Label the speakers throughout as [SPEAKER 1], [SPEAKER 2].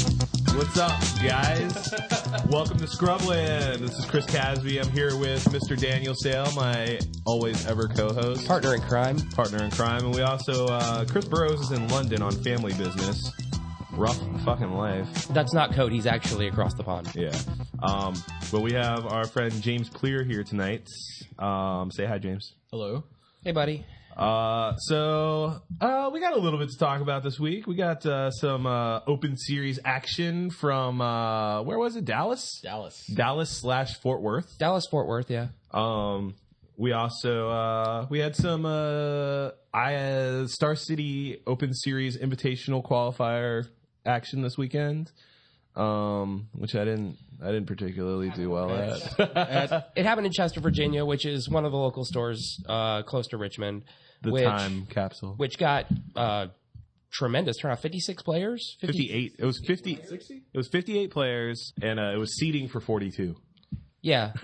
[SPEAKER 1] What's up, guys? Welcome to Scrubland. This is Chris Casby. I'm here with Mr. Daniel Sale, my always ever co-host,
[SPEAKER 2] Partner in crime.
[SPEAKER 1] partner in crime, and we also uh, Chris Burrows is in London on family business. Rough fucking life.
[SPEAKER 2] That's not code. He's actually across the pond.
[SPEAKER 1] Yeah. Um, but we have our friend James Clear here tonight. Um, say hi, James.
[SPEAKER 3] Hello.
[SPEAKER 2] Hey, buddy.
[SPEAKER 1] Uh, so uh, we got a little bit to talk about this week. We got uh, some uh, open series action from uh, where was it? Dallas,
[SPEAKER 3] Dallas.
[SPEAKER 1] Dallas slash Fort Worth.
[SPEAKER 2] Dallas Fort Worth, yeah.
[SPEAKER 1] Um, we also uh, we had some uh, I, uh, Star City Open Series Invitational qualifier action this weekend, um, which I didn't I didn't particularly do well at.
[SPEAKER 2] It happened in Chester, Virginia, which is one of the local stores uh, close to Richmond.
[SPEAKER 1] the
[SPEAKER 2] which,
[SPEAKER 1] time capsule.
[SPEAKER 2] Which got uh, tremendous turnout. 56 players? 50
[SPEAKER 1] 58 it was 50 it was 58 players and uh, it was seating for 42
[SPEAKER 2] Yeah.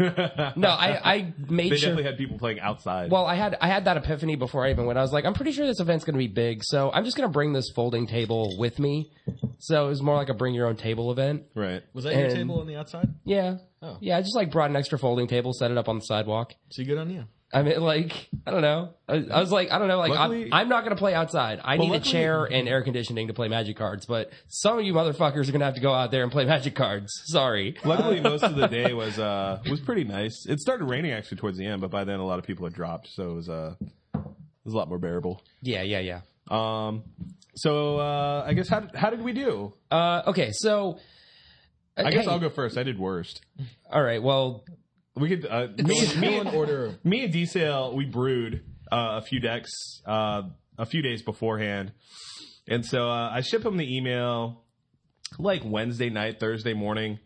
[SPEAKER 2] No, I, I made
[SPEAKER 1] They
[SPEAKER 2] sure.
[SPEAKER 1] definitely had people playing outside.
[SPEAKER 2] Well, I had I had that epiphany before I even went. I was like, I'm pretty sure this event's going to be big, so I'm just going to bring this folding table with me. So it was more like a bring your own table event.
[SPEAKER 1] right.
[SPEAKER 3] Was that your
[SPEAKER 2] And-
[SPEAKER 3] table on the outside?
[SPEAKER 2] Yeah,
[SPEAKER 3] Oh.
[SPEAKER 2] yeah. I just like brought an extra folding table, set it up on the sidewalk.
[SPEAKER 3] So good on you.
[SPEAKER 2] I mean, like I don't know. I, I was like, I don't know. Like
[SPEAKER 1] Luckily-
[SPEAKER 2] I'm, I'm not going to play outside. I need
[SPEAKER 1] luckily-
[SPEAKER 2] a chair and air conditioning to play Magic cards. But some of you motherfuckers are going to have to go out there and play Magic cards. Sorry.
[SPEAKER 1] Luckily, most of the day was uh, was pretty nice. It started raining actually towards the end, but by then a lot of people had dropped, so it was uh, it was a lot more bearable.
[SPEAKER 2] Yeah, yeah, yeah.
[SPEAKER 1] Um, so uh, I guess how how did we do?
[SPEAKER 2] Uh, okay, so
[SPEAKER 3] Uh,
[SPEAKER 1] I guess I'll go first. I did worst.
[SPEAKER 2] All right. Well,
[SPEAKER 1] We could uh, me,
[SPEAKER 3] Go
[SPEAKER 1] me,
[SPEAKER 3] in
[SPEAKER 1] and,
[SPEAKER 3] order.
[SPEAKER 1] me and D-Sale, we brewed uh, a few decks uh, a few days beforehand, and so uh, I ship him the email like Wednesday night, Thursday morning,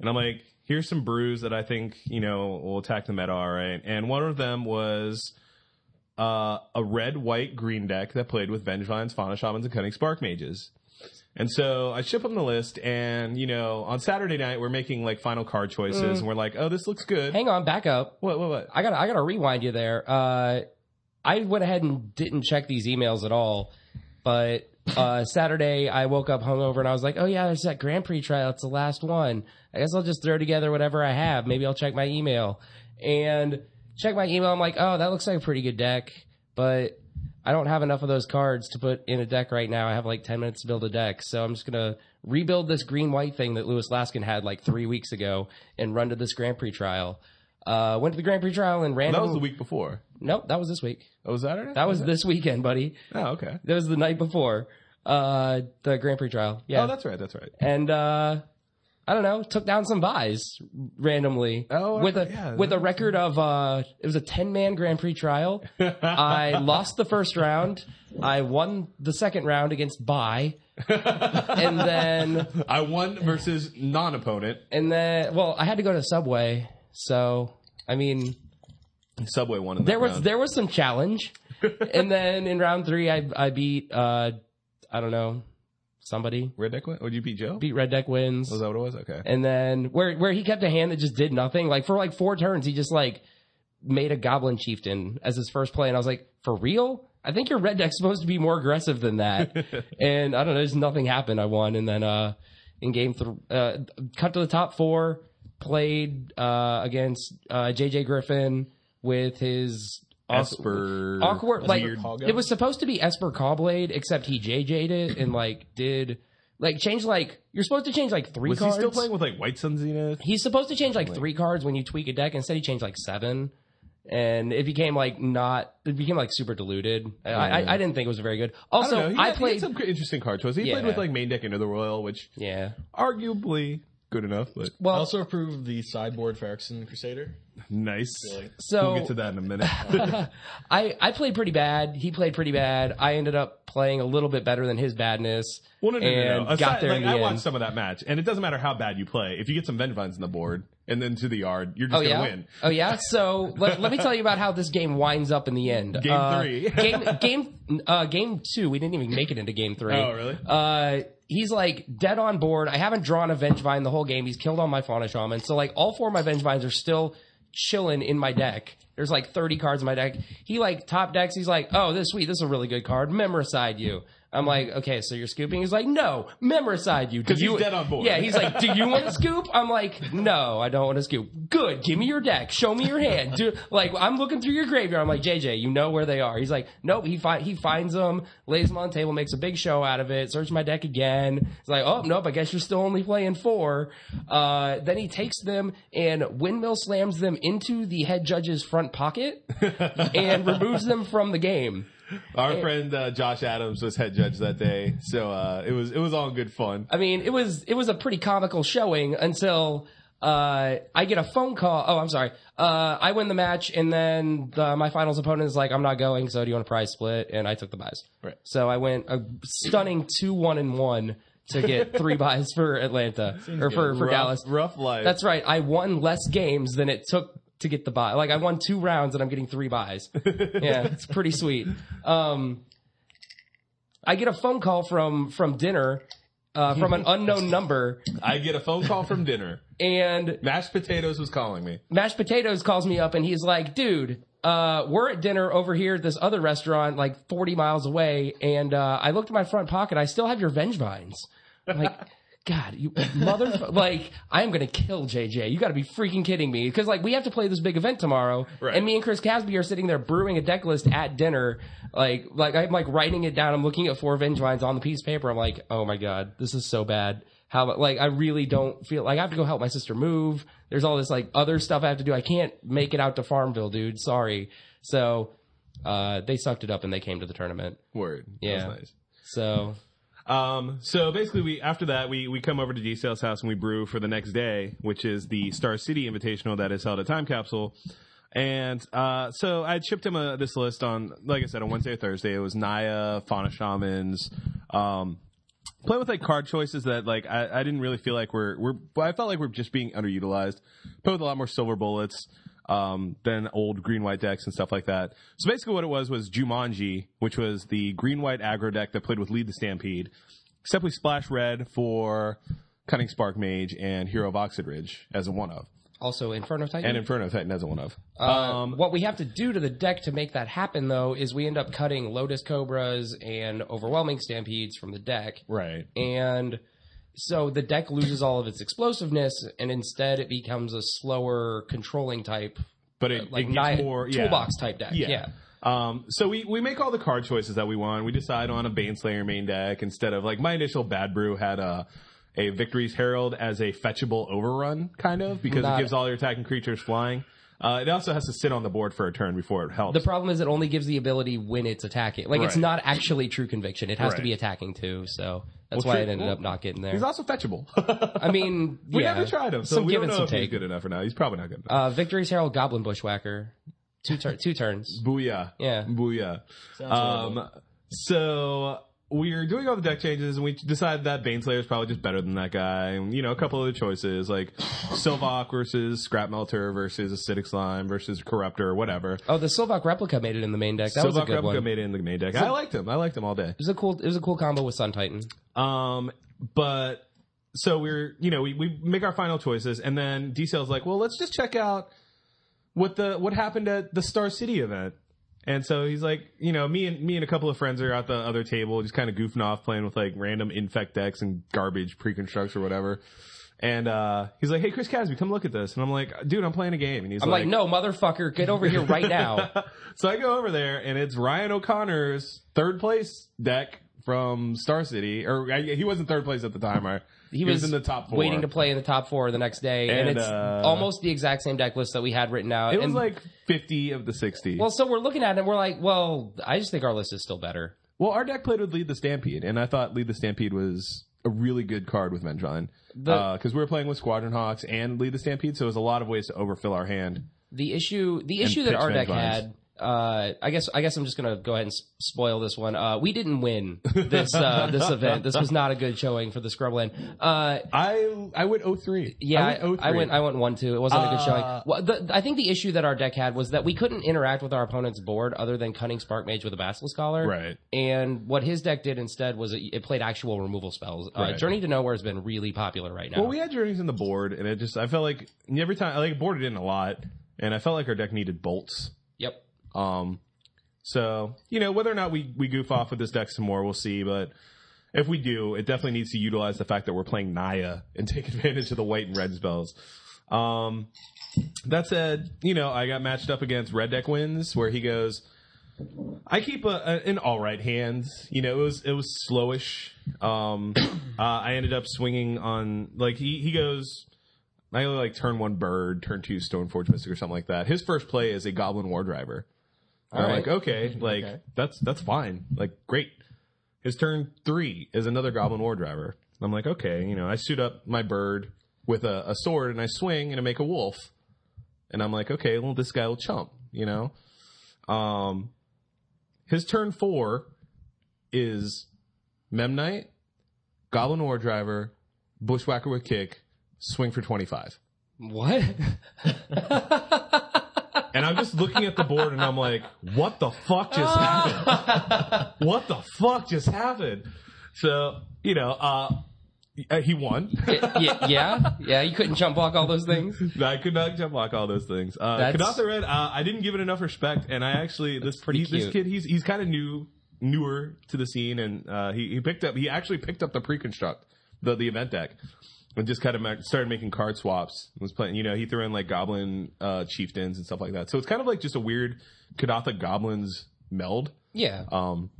[SPEAKER 1] and I'm like, "Here's some brews that I think you know will attack the meta, all right." And one of them was uh, a red, white, green deck that played with Vengevines, Fauna Shamans, and Cunning Spark Mages. And so I ship them the list, and you know, on Saturday night we're making like final card choices, and we're like, "Oh, this looks good."
[SPEAKER 2] hang on, back up.
[SPEAKER 1] What? What? What?
[SPEAKER 2] I got to I got to rewind you there. Uh, I went ahead and didn't check these emails at all, but uh, Saturday I woke up hungover and I was like, oh yeah, there's that Grand Prix trial. It's the last one. I guess I'll just throw together whatever I have. Maybe I'll check my email and check my email. I'm like, oh, that looks like a pretty good deck, but I don't have enough of those cards to put in a deck right now. I have like 10 minutes to build a deck. So I'm just going to rebuild this green white thing that Lewis Laskin had like three weeks ago and run to this Grand Prix trial. Uh, went to the Grand Prix trial and ran.
[SPEAKER 1] That was the week before.
[SPEAKER 2] Nope, that was this week.
[SPEAKER 1] That was Saturday.
[SPEAKER 2] That was this weekend, buddy.
[SPEAKER 1] Oh, okay.
[SPEAKER 2] That was the night before uh, the Grand Prix trial. Yeah.
[SPEAKER 1] Oh, that's right. That's right.
[SPEAKER 2] and uh, I don't know, took down some buys randomly.
[SPEAKER 1] Oh, I
[SPEAKER 2] with a
[SPEAKER 1] for- yeah,
[SPEAKER 2] with a
[SPEAKER 1] that's-
[SPEAKER 2] record of uh, it was a ten man Grand Prix trial. I lost the first round. I won the second round against Buy, and then
[SPEAKER 1] I won versus non-opponent.
[SPEAKER 2] and then well, I had to go to Subway, so I mean.
[SPEAKER 1] Subway won. In that
[SPEAKER 2] there was
[SPEAKER 1] round.
[SPEAKER 2] there was some challenge, and then in round three, I I beat uh I don't know somebody
[SPEAKER 1] Red Deck win. Would you beat Joe?
[SPEAKER 2] beat Red Deck wins,
[SPEAKER 1] was that what it was? Okay.
[SPEAKER 2] and then where where he kept a hand that just did nothing. Like for like four turns, he just like made a Goblin Chieftain as his first play, and I was like, for real. I think your red deck's supposed to be more aggressive than that, and I don't know. Just nothing happened. I won, and then uh, in game th- uh, cut to the top four. Played uh, against uh, JJ Griffin with his
[SPEAKER 1] Esper.
[SPEAKER 2] awkward like
[SPEAKER 1] weird-
[SPEAKER 2] it was supposed to be Esper Callblade, except he JJ'd it and like did like change like you're supposed to change like three
[SPEAKER 1] Was he
[SPEAKER 2] cards.
[SPEAKER 1] still playing with like White Sun Zenith?
[SPEAKER 2] He's supposed to change like three cards when you tweak a deck. Instead, he changed like seven, and it became like not. It became like super diluted. I I, I didn't think it was very good.
[SPEAKER 1] I don't
[SPEAKER 2] Also,
[SPEAKER 1] know. He
[SPEAKER 2] I,
[SPEAKER 1] had, he
[SPEAKER 2] played.
[SPEAKER 1] had some cr- interesting card choices. He played
[SPEAKER 2] Yeah.
[SPEAKER 1] with like main deck into the Royal, which
[SPEAKER 2] yeah.
[SPEAKER 1] arguably good enough, but
[SPEAKER 2] Well,
[SPEAKER 3] I also approve of the sideboard Phyrexian Crusader.
[SPEAKER 1] nice.
[SPEAKER 3] Really?
[SPEAKER 2] so
[SPEAKER 1] we'll get to that in a minute.
[SPEAKER 2] I I played pretty bad. He played pretty bad. I ended up playing a little bit better than his badness.
[SPEAKER 1] well, no, no, no, no.
[SPEAKER 2] and
[SPEAKER 1] Aside,
[SPEAKER 2] got there
[SPEAKER 1] like,
[SPEAKER 2] in the
[SPEAKER 1] I
[SPEAKER 2] end.
[SPEAKER 1] watched some of that match, and it doesn't matter how bad you play. If you get some Vengevines in the board and then to the yard, you're just
[SPEAKER 2] Oh
[SPEAKER 1] gonna
[SPEAKER 2] yeah.
[SPEAKER 1] win.
[SPEAKER 2] Oh yeah. So let, let me tell you about how this game winds up in the end.
[SPEAKER 1] Game
[SPEAKER 2] Uh,
[SPEAKER 1] three.
[SPEAKER 2] game game uh, game two. We didn't even make it into game three.
[SPEAKER 1] Oh, really?
[SPEAKER 2] Uh, he's like dead on board. I haven't drawn a Vengevine the whole game. He's killed all my Fauna Shaman. So like all four of my Vengevines are still chilling in my deck. There's like 30 cards in my deck. He like top decks. He's like, oh, this sweet. This is a really good card. Memoricide you. I'm like, okay, so you're scooping? He's like, no, memoricide you. Do
[SPEAKER 1] 'Cause he's
[SPEAKER 2] you-
[SPEAKER 1] dead on board.
[SPEAKER 2] Yeah, he's like, do you want to scoop? I'm like, no, I don't want to scoop. Good, give me your deck. Show me your hand. Do like I'm looking through your graveyard. I'm like, JJ, you know where they are. He's like, nope. He fi- he finds them, lays them on the table, makes a big show out of it. Search my deck again. He's like, oh nope, I guess you're still only playing four. Uh, then he takes them and windmill slams them into the head judge's front pocket and removes them from the game.
[SPEAKER 1] Our friend uh, Josh Adams was head judge that day, so uh, it was it was all good fun.
[SPEAKER 2] I mean, it was it was a pretty comical showing until uh, I get a phone call. Oh, I'm sorry. Uh, I win the match, and then the, my finals opponent is like, "I'm not going." So, do you want a prize split? And I took the buys.
[SPEAKER 3] Right.
[SPEAKER 2] So I went a stunning two one and one to get three buys for Atlanta or for, for
[SPEAKER 1] rough,
[SPEAKER 2] Dallas.
[SPEAKER 1] rough life.
[SPEAKER 2] That's right. I won less games than it took to get the buy. Like I won two rounds and I'm getting three buys. yeah, it's pretty sweet. Um, I get a phone call from from dinner uh, from an unknown number,
[SPEAKER 1] I get a phone call from dinner.
[SPEAKER 2] and
[SPEAKER 1] Mashed potatoes was calling me.
[SPEAKER 2] mashed potatoes calls me up and he's like, dude. Uh, we're at dinner over here at this other restaurant, like 40 miles away, and uh, I looked in my front pocket. I still have your Venge Vines. I'm like, God, you motherfucker! like, I am gonna kill JJ. You got to be freaking kidding me, because like we have to play this big event tomorrow,
[SPEAKER 1] Right.
[SPEAKER 2] and me and Chris Casby are sitting there brewing a deck list at dinner. Like, like I'm like writing it down. I'm looking at four Venge Vines on the piece of paper. I'm like, oh my God, this is so bad. How like I really don't feel like I have to go help my sister move. There's all this like other stuff I have to do. I can't make it out to Farmville, dude. Sorry. So uh, they sucked it up and they came to the tournament.
[SPEAKER 1] Word.
[SPEAKER 2] Yeah.
[SPEAKER 1] That was nice.
[SPEAKER 2] So
[SPEAKER 1] Um, so basically, we after that we we come over to D Sales house and we brew for the next day, which is the Star City Invitational that is held at Time Capsule. And uh, so I had shipped him a, this list on, like I said, on Wednesday or Thursday. It was Naya, Fauna Shamans, um, playing with like card choices that like I, I didn't really feel like we're we're well, I felt like we're just being underutilized. Played with a lot more silver bullets um, than old green white decks and stuff like that. So basically, what it was was Jumanji, which was the green white aggro deck that played with Lead the Stampede, except we splash red for Cunning Spark Mage and Hero of Oxid Ridge as a one of,
[SPEAKER 2] also Inferno Titan.
[SPEAKER 1] and Inferno Titan as a one of.
[SPEAKER 2] Um, what we have to do to the deck to make that happen, though, is we end up cutting Lotus Cobras and Overwhelming Stampedes from the deck.
[SPEAKER 1] right.
[SPEAKER 2] And so the deck loses all of its explosiveness, and instead it becomes a slower controlling type,
[SPEAKER 1] But it,
[SPEAKER 2] like
[SPEAKER 1] it gets
[SPEAKER 2] Naya-
[SPEAKER 1] more yeah.
[SPEAKER 2] toolbox type deck. Yeah.
[SPEAKER 1] Um, so we, we make all the card choices that we want. We decide on a Baneslayer main deck instead of like my initial Bad Brew had a a Victory's Herald as a fetchable overrun kind of because
[SPEAKER 2] Not-
[SPEAKER 1] it gives all your attacking creatures flying. Uh, it also has to sit on the board for a turn before it helps.
[SPEAKER 2] The problem is it only gives the ability when it's attacking. Like it's
[SPEAKER 1] Right.
[SPEAKER 2] not actually true conviction. It has to
[SPEAKER 1] Right.
[SPEAKER 2] be attacking too. So that's
[SPEAKER 1] Well,
[SPEAKER 2] why
[SPEAKER 1] true-
[SPEAKER 2] it ended
[SPEAKER 1] well,
[SPEAKER 2] up not getting there.
[SPEAKER 1] he's also fetchable.
[SPEAKER 2] I mean,
[SPEAKER 1] we
[SPEAKER 2] yeah.
[SPEAKER 1] never tried him, so
[SPEAKER 2] Some
[SPEAKER 1] we
[SPEAKER 2] give
[SPEAKER 1] don't
[SPEAKER 2] and
[SPEAKER 1] know
[SPEAKER 2] some
[SPEAKER 1] if he's
[SPEAKER 2] take.
[SPEAKER 1] good enough or not. He's probably not good enough.
[SPEAKER 2] Uh, Victory's Herald Goblin Bushwhacker, two tur- two turns.
[SPEAKER 1] Booyah!
[SPEAKER 2] Yeah.
[SPEAKER 1] booyah.
[SPEAKER 3] Sounds
[SPEAKER 1] Um,
[SPEAKER 3] horrible.
[SPEAKER 1] so we're doing all the deck changes, and we decide that Baneslayer is probably just better than that guy. And, you know, a couple other choices like Silvok versus Scrap Melter versus Acidic Slime versus Corruptor, whatever.
[SPEAKER 2] Oh, the Silvok replica made it in the main deck. That was a
[SPEAKER 1] Silvok
[SPEAKER 2] good
[SPEAKER 1] Replica
[SPEAKER 2] one. It
[SPEAKER 1] made it in the main deck. I liked him. I liked him all day.
[SPEAKER 2] was a cool. It was a cool combo with Sun Titan.
[SPEAKER 1] Um, but so we're you know we, we make our final choices, and then D Cell's like, well, let's just check out what the what happened at the Star City event. And so he's like, you know, me and me and a couple of friends are at the other table, just kind of goofing off, playing with like random infect decks and garbage pre-constructs or whatever. And uh, he's like, "Hey, Chris Casby, come look at this." And I'm like, "Dude, I'm playing a game." And he's
[SPEAKER 2] I'm like, no, motherfucker, get over here right now.
[SPEAKER 1] so I go over there, and it's Ryan O'Connor's third place deck from Star City, or I, he wasn't third place at the time, right?
[SPEAKER 2] He was,
[SPEAKER 1] in the top four,
[SPEAKER 2] waiting to play in the top four the next day, and,
[SPEAKER 1] And,
[SPEAKER 2] it's
[SPEAKER 1] uh,
[SPEAKER 2] almost the exact same deck list that we had written out.
[SPEAKER 1] It was
[SPEAKER 2] and,
[SPEAKER 1] like fifty of the sixty.
[SPEAKER 2] well,
[SPEAKER 1] Well,
[SPEAKER 2] so we're looking at it, and we're like, well, I just think our list is still better.
[SPEAKER 1] our deck played with Lead the Stampede, and I thought Lead the Stampede was a really good card with Vengevine
[SPEAKER 2] The-
[SPEAKER 1] because we were playing with Squadron Hawks and Lead the Stampede, so it was a lot of ways to overfill our hand.
[SPEAKER 2] The issue, the issue that
[SPEAKER 1] pitch
[SPEAKER 2] our deck
[SPEAKER 1] vines.
[SPEAKER 2] had. Uh, I guess I guess I'm just gonna go ahead and s- spoil this one. Uh, we didn't win this uh, this event. This was not a good showing for the Scrubland. Uh,
[SPEAKER 1] I I went 03.
[SPEAKER 2] Yeah,
[SPEAKER 1] I went 03.
[SPEAKER 2] I, I went. I went one two. It wasn't a good
[SPEAKER 1] Uh,
[SPEAKER 2] showing. Well, the, I think the issue that our deck had was that we couldn't interact with our opponent's board other than cunning spark mage with a basilisk scholar.
[SPEAKER 1] Right.
[SPEAKER 2] And what his deck did instead was it, it played actual removal spells. Uh,
[SPEAKER 1] Right.
[SPEAKER 2] Journey to Nowhere has been really popular right now.
[SPEAKER 1] Well, we had journeys in the board, and it just I felt like every time I like boarded in a lot, and I felt like our deck needed bolts.
[SPEAKER 2] yep.
[SPEAKER 1] Um, So, you know, whether or not we, we goof off with this deck some more, we'll see. But if we do, it definitely needs to utilize the fact that we're playing Naya and take advantage of the white and red spells. Um, that said, you know, I got matched up against Red Deck Wins where he goes, I keep a, a, an all right hand. You know, it was it was slowish. Um, uh, I ended up swinging on like he he goes. I only like turn one bird, turn two Stoneforge Mystic or something like that. His first play is a Goblin War Driver. And I'm
[SPEAKER 2] All
[SPEAKER 1] like,
[SPEAKER 2] right.
[SPEAKER 1] okay, like
[SPEAKER 3] Okay.
[SPEAKER 1] that's that's fine. Like great. His turn three is another Goblin War Driver. I'm like, okay, you know, I suit up my bird with a, a sword and I swing and I make a wolf. And I'm like, okay, well, this guy will chump, you know? Um, his turn four is Memnite, Goblin War Driver, Bushwhacker with Kick, swing for 25.
[SPEAKER 2] What?
[SPEAKER 1] And I'm just looking at the board and I'm like, what the fuck just happened? What the fuck just happened? So, you know, uh, uh, he won.
[SPEAKER 2] yeah, yeah, yeah. You couldn't jump block all those things.
[SPEAKER 1] I could not jump block all those things. Uh,
[SPEAKER 2] That's-
[SPEAKER 1] Kanata Red, uh, I didn't give it enough respect, and I actually this he-
[SPEAKER 2] pretty
[SPEAKER 1] this
[SPEAKER 2] cute.
[SPEAKER 1] kid he's he's kind of new newer to the scene, and uh, he he picked up he actually picked up the pre-construct the the event deck. And just kind of ma- started making card swaps. and Was playing, you know, he threw in like goblin uh, chieftains and stuff like that. So it's kind of like just a weird Kadatha goblins meld.
[SPEAKER 2] Yeah,
[SPEAKER 1] Um,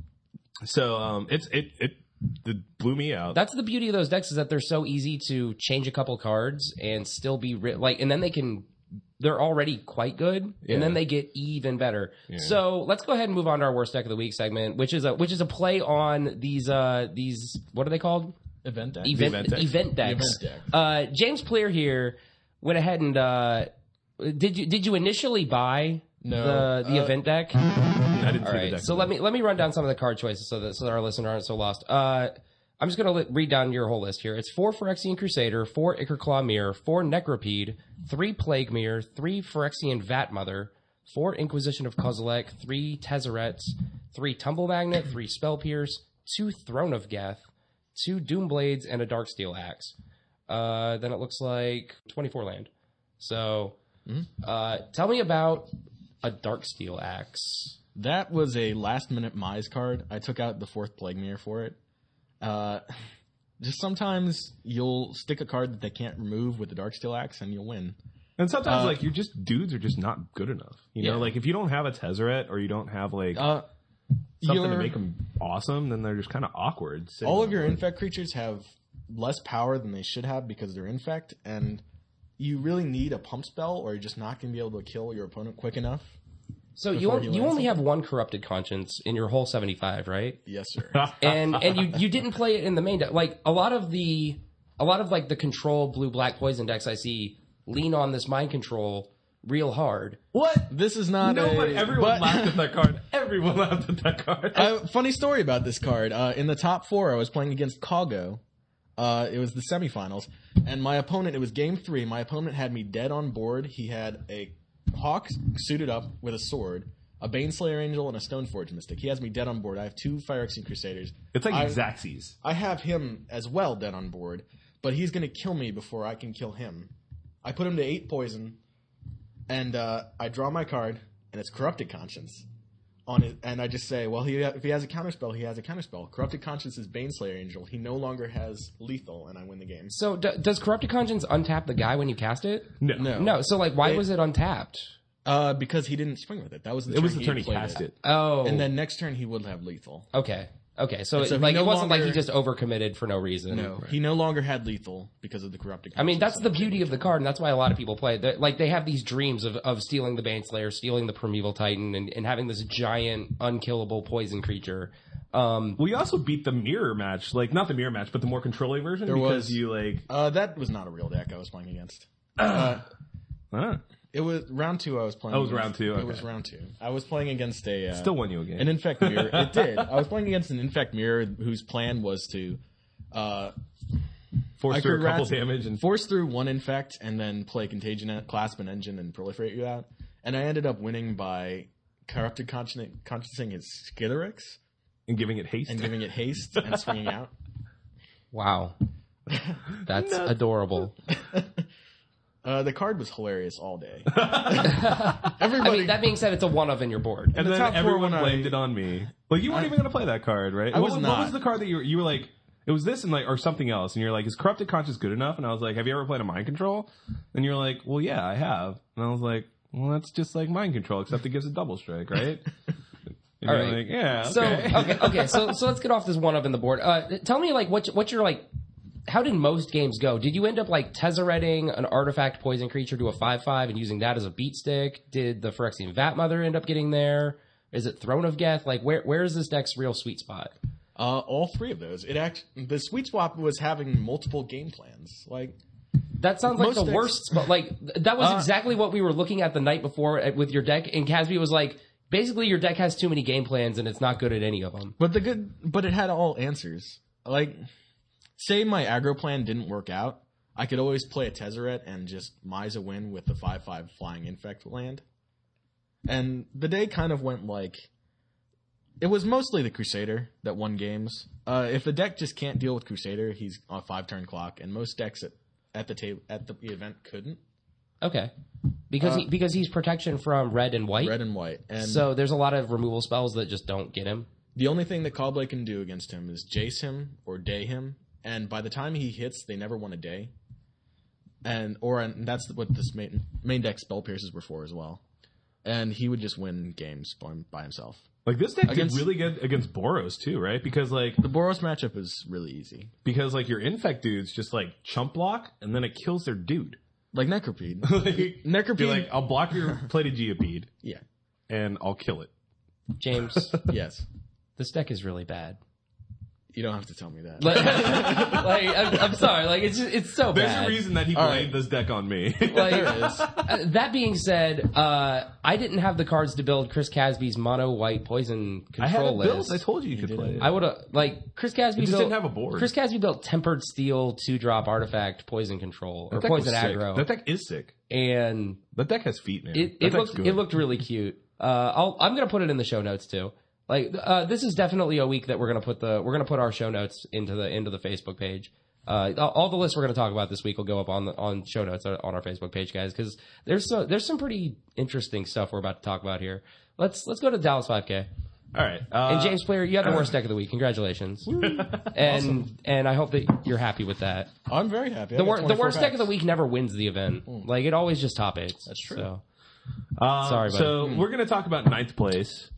[SPEAKER 1] so um, it's it it, it blew me out.
[SPEAKER 2] that's the beauty of those decks is that they're so easy to change a couple cards and still be ri- like, and then they can. They're already quite good,
[SPEAKER 1] Yeah.
[SPEAKER 2] and then they get even better. So let's go ahead and move on to our worst deck of the week segment, which is a which is a play on these uh these what are they called?
[SPEAKER 3] Event deck.
[SPEAKER 2] event
[SPEAKER 1] event deck.
[SPEAKER 2] event decks.
[SPEAKER 3] The event
[SPEAKER 2] Uh, James Clear here went ahead and uh, did you did you initially buy
[SPEAKER 3] No,
[SPEAKER 2] the the
[SPEAKER 3] uh,
[SPEAKER 2] event deck?
[SPEAKER 1] I didn't see
[SPEAKER 2] All
[SPEAKER 1] the
[SPEAKER 2] right,
[SPEAKER 1] deck.
[SPEAKER 2] so let me let me run down some of the card choices so that so that our listeners aren't so lost. Uh, I'm just gonna li- read down your whole list here. It's four Phyrexian Crusader, four Icarclaw Mirror, four Necropede, three Plague Mirror, three Phyrexian Vat Mother, four Inquisition of Kozilek, three Tezzeret, three Tumble Magnet, three Spell Pierce, two Throne of Geth, two Doom Blades, and a Darksteel Axe. Uh, then it looks like 24 land. So,
[SPEAKER 1] Hmm?
[SPEAKER 2] uh, tell me about a Darksteel Axe.
[SPEAKER 3] That was a last minute Mize card. I took out the fourth Plague Mirror for it. Uh, just sometimes you'll stick a card that they can't remove with the Darksteel Axe and you'll win.
[SPEAKER 1] And sometimes, like, you're just dudes are just not good enough. You know,
[SPEAKER 3] Uh, Yeah.
[SPEAKER 1] like if you don't have a Tezzeret or you don't have like
[SPEAKER 3] Uh,
[SPEAKER 1] something to
[SPEAKER 3] your-
[SPEAKER 1] make them awesome, then they're just kind of awkward. sitting
[SPEAKER 3] all of
[SPEAKER 1] on
[SPEAKER 3] your
[SPEAKER 1] the board.
[SPEAKER 3] infect creatures have less power than they should have because they're infect, and you really need a pump spell, or you're just not going to be able to kill your opponent quick enough.
[SPEAKER 2] So you
[SPEAKER 3] he
[SPEAKER 2] on- you
[SPEAKER 3] lands
[SPEAKER 2] only have one corrupted conscience in your whole seventy five, right?
[SPEAKER 3] Yes, sir.
[SPEAKER 2] And and
[SPEAKER 3] uh,
[SPEAKER 2] you you didn't play it in the main deck. Like a lot of the a lot of like the control blue black poison decks I see lean on this mind control real hard.
[SPEAKER 3] what? This is not.
[SPEAKER 1] Nobody,
[SPEAKER 3] a,
[SPEAKER 1] everyone
[SPEAKER 3] but-
[SPEAKER 1] laughed at that card. Everyone laughed at that card.
[SPEAKER 3] Uh, funny story about this card. Uh, in the top four, I was playing against Kago. Uh, it was the semifinals, and my opponent. It was game three. My opponent had me dead on board. He had a hawk suited up with a sword, a Baneslayer Angel, and a Stoneforge Mystic. He has me dead on board. I have two Phyrexian Crusaders.
[SPEAKER 1] it's like
[SPEAKER 3] I-
[SPEAKER 1] Xaxes.
[SPEAKER 3] I have him as well dead on board, but he's going to kill me before I can kill him. I put him to eight poison, and uh, I draw my card, and it's corrupted conscience. On it, and I just say, well, he, if he has a counterspell, he has a counterspell. Corrupted conscience is Baneslayer Angel. He no longer has lethal, and I win the game.
[SPEAKER 2] So d- does corrupted conscience untap the guy when you cast it?
[SPEAKER 1] No,
[SPEAKER 3] No,
[SPEAKER 2] No. So like, why
[SPEAKER 3] It-
[SPEAKER 2] was it untapped?
[SPEAKER 3] uh, because he didn't swing with it. That was the
[SPEAKER 1] it was
[SPEAKER 3] turn
[SPEAKER 1] the turn he
[SPEAKER 3] played
[SPEAKER 1] cast it.
[SPEAKER 2] Oh,
[SPEAKER 3] and then next turn he would have lethal.
[SPEAKER 2] okay, okay. So,
[SPEAKER 3] so
[SPEAKER 2] it,
[SPEAKER 3] he
[SPEAKER 2] like
[SPEAKER 3] no
[SPEAKER 2] it wasn't like he
[SPEAKER 3] longer-
[SPEAKER 2] just overcommitted for no reason.
[SPEAKER 3] No, he no longer had lethal because of the corrupted.
[SPEAKER 2] I mean,
[SPEAKER 3] conscience.
[SPEAKER 2] that's the beauty of the card, and that's why a lot of people play it. They're- Like, they have these dreams of, of stealing the Baneslayer, stealing the Primeval Titan, and, and having this giant, unkillable poison creature. Um,
[SPEAKER 1] We also beat the mirror match, like not the mirror match, but the more controlling version
[SPEAKER 3] There
[SPEAKER 1] because
[SPEAKER 3] was-
[SPEAKER 1] you like.
[SPEAKER 3] Uh, that was not a real deck I was playing against.
[SPEAKER 1] Uh,
[SPEAKER 3] It was round two. I was playing.
[SPEAKER 1] That was
[SPEAKER 3] against-
[SPEAKER 1] round two,
[SPEAKER 3] It was
[SPEAKER 1] okay.
[SPEAKER 3] round two. I was playing against a uh,
[SPEAKER 1] still won you a game.
[SPEAKER 3] an infect mirror. it did. I was playing against an infect mirror whose plan was to uh,
[SPEAKER 1] Forced through a couple
[SPEAKER 3] Icarats-
[SPEAKER 1] damage and
[SPEAKER 3] force through one infect and then play contagion, at- clasp an engine, and proliferate you out. And I ended up winning by corrupted conscien- consciencing his Skitterix
[SPEAKER 1] and giving it haste.
[SPEAKER 3] and giving it haste and swinging out.
[SPEAKER 2] wow. That's adorable.
[SPEAKER 3] Uh, the card was hilarious all day. Everybody,
[SPEAKER 2] I mean, that being said, it's a one of in your board.
[SPEAKER 1] And
[SPEAKER 3] the
[SPEAKER 1] then
[SPEAKER 3] top four
[SPEAKER 1] everyone
[SPEAKER 3] when I-
[SPEAKER 1] blamed it on me. Like you weren't even going to play that card, right?
[SPEAKER 3] I was
[SPEAKER 1] what, what
[SPEAKER 3] not.
[SPEAKER 1] was the card that you were, you were like? It was this and like or something else, and you're like, "Is corrupted conscience good enough?" And I was like, "Have you ever played a mind control?" And you're like, "Well, yeah, I have." And I was like, "Well, that's just like mind control, except it gives a double strike, right?" And you're
[SPEAKER 2] All right.
[SPEAKER 1] like, "Yeah,
[SPEAKER 2] So
[SPEAKER 1] okay."
[SPEAKER 2] okay, okay. So so let's get off this one up in the board. Uh, tell me like what what your like. How did most games go? Did you end up like tesseretting an artifact poison creature to a five five and using that as a beat stick? Did the Phyrexian Vat Mother end up getting there? Is it Throne of Geth? Like where where is this deck's real sweet spot?
[SPEAKER 3] uh, all three of those. It act the sweet swap was having multiple game plans. Like
[SPEAKER 2] That sounds like
[SPEAKER 3] Most
[SPEAKER 2] the
[SPEAKER 3] decks- Uh,
[SPEAKER 2] worst spot. Like th- that was exactly what we were looking at the night before at- with your deck, and Casby was like, basically your deck has too many game plans and it's not good at any of them.
[SPEAKER 3] But the good, but it had all answers. Like, say my aggro plan didn't work out, I could always play a Tezzeret and just mize a win with the five-five flying infect land. And the day kind of went like, it was mostly the Crusader that won games. Uh, if the deck just can't deal with Crusader, he's on a five-turn clock, and most decks at, at the table at the event couldn't.
[SPEAKER 2] Okay, because
[SPEAKER 3] Uh,
[SPEAKER 2] he, because he's protection from red and white.
[SPEAKER 3] Red and white, and
[SPEAKER 2] So there's a lot of removal spells that just don't get him.
[SPEAKER 3] The only thing that Cobblade can do against him is jace him or day him, and by the time he hits, they never want a day. And or and that's what this main main deck spell pierces were for as well. And he would just win games by, by himself.
[SPEAKER 1] like this deck
[SPEAKER 3] Against-
[SPEAKER 1] did really good against Boros too, right? Because like
[SPEAKER 3] The Boros matchup is really easy.
[SPEAKER 1] because like your infect dudes just like chump block and then it kills their dude.
[SPEAKER 3] Like Necropede.
[SPEAKER 1] like,
[SPEAKER 3] Necropede.
[SPEAKER 1] be like, "I'll block your plated geopede
[SPEAKER 3] yeah.
[SPEAKER 1] and I'll kill it."
[SPEAKER 2] James,
[SPEAKER 3] Yes.
[SPEAKER 2] this deck is really bad.
[SPEAKER 3] You don't have to tell me that.
[SPEAKER 2] Like, like, I'm, I'm sorry. Like it's just, it's so
[SPEAKER 1] There's
[SPEAKER 2] bad.
[SPEAKER 1] a reason that he
[SPEAKER 3] All
[SPEAKER 1] blamed
[SPEAKER 3] right.
[SPEAKER 1] this deck on me.
[SPEAKER 2] Like,
[SPEAKER 3] there is.
[SPEAKER 2] uh, that being said, uh, I didn't have the cards to build Chris Casby's mono white poison control
[SPEAKER 1] I had it
[SPEAKER 2] list.
[SPEAKER 1] built. I told you you could play it.
[SPEAKER 2] I would have like Chris Casby
[SPEAKER 1] just
[SPEAKER 2] built,
[SPEAKER 1] didn't have a board.
[SPEAKER 2] Chris Casby built tempered steel two drop artifact poison control or
[SPEAKER 1] That deck
[SPEAKER 2] poison
[SPEAKER 1] was sick.
[SPEAKER 2] aggro,
[SPEAKER 1] That deck is sick.
[SPEAKER 2] and
[SPEAKER 1] That deck has feet, man.
[SPEAKER 2] it,
[SPEAKER 1] That
[SPEAKER 2] it
[SPEAKER 1] deck's
[SPEAKER 2] looked
[SPEAKER 1] good.
[SPEAKER 2] it looked really cute. Uh, I'll, I'm gonna put it in the show notes too. Like uh, this is definitely a week that we're gonna put the we're gonna put our show notes into the into the Facebook page. Uh, all- all the lists we're gonna talk about this week will go up on the, on show notes uh, on on our Facebook page, guys, because there's so, there's some pretty interesting stuff we're about to talk about here. Let's let's go to Dallas 5K.
[SPEAKER 1] All right. Uh,
[SPEAKER 2] And James Player, you had the worst deck of the week. Congratulations. and and I hope that you're happy with that.
[SPEAKER 3] I'm very happy. I
[SPEAKER 2] The,
[SPEAKER 3] got
[SPEAKER 2] wor- the
[SPEAKER 3] 24
[SPEAKER 2] worst deck of the
[SPEAKER 3] packs.
[SPEAKER 2] week never wins the event.
[SPEAKER 1] Mm.
[SPEAKER 2] Like it always just top eights. That's
[SPEAKER 3] true.
[SPEAKER 2] So,
[SPEAKER 1] uh,
[SPEAKER 2] sorry, buddy. Hmm.
[SPEAKER 1] So we're going to talk about ninth place,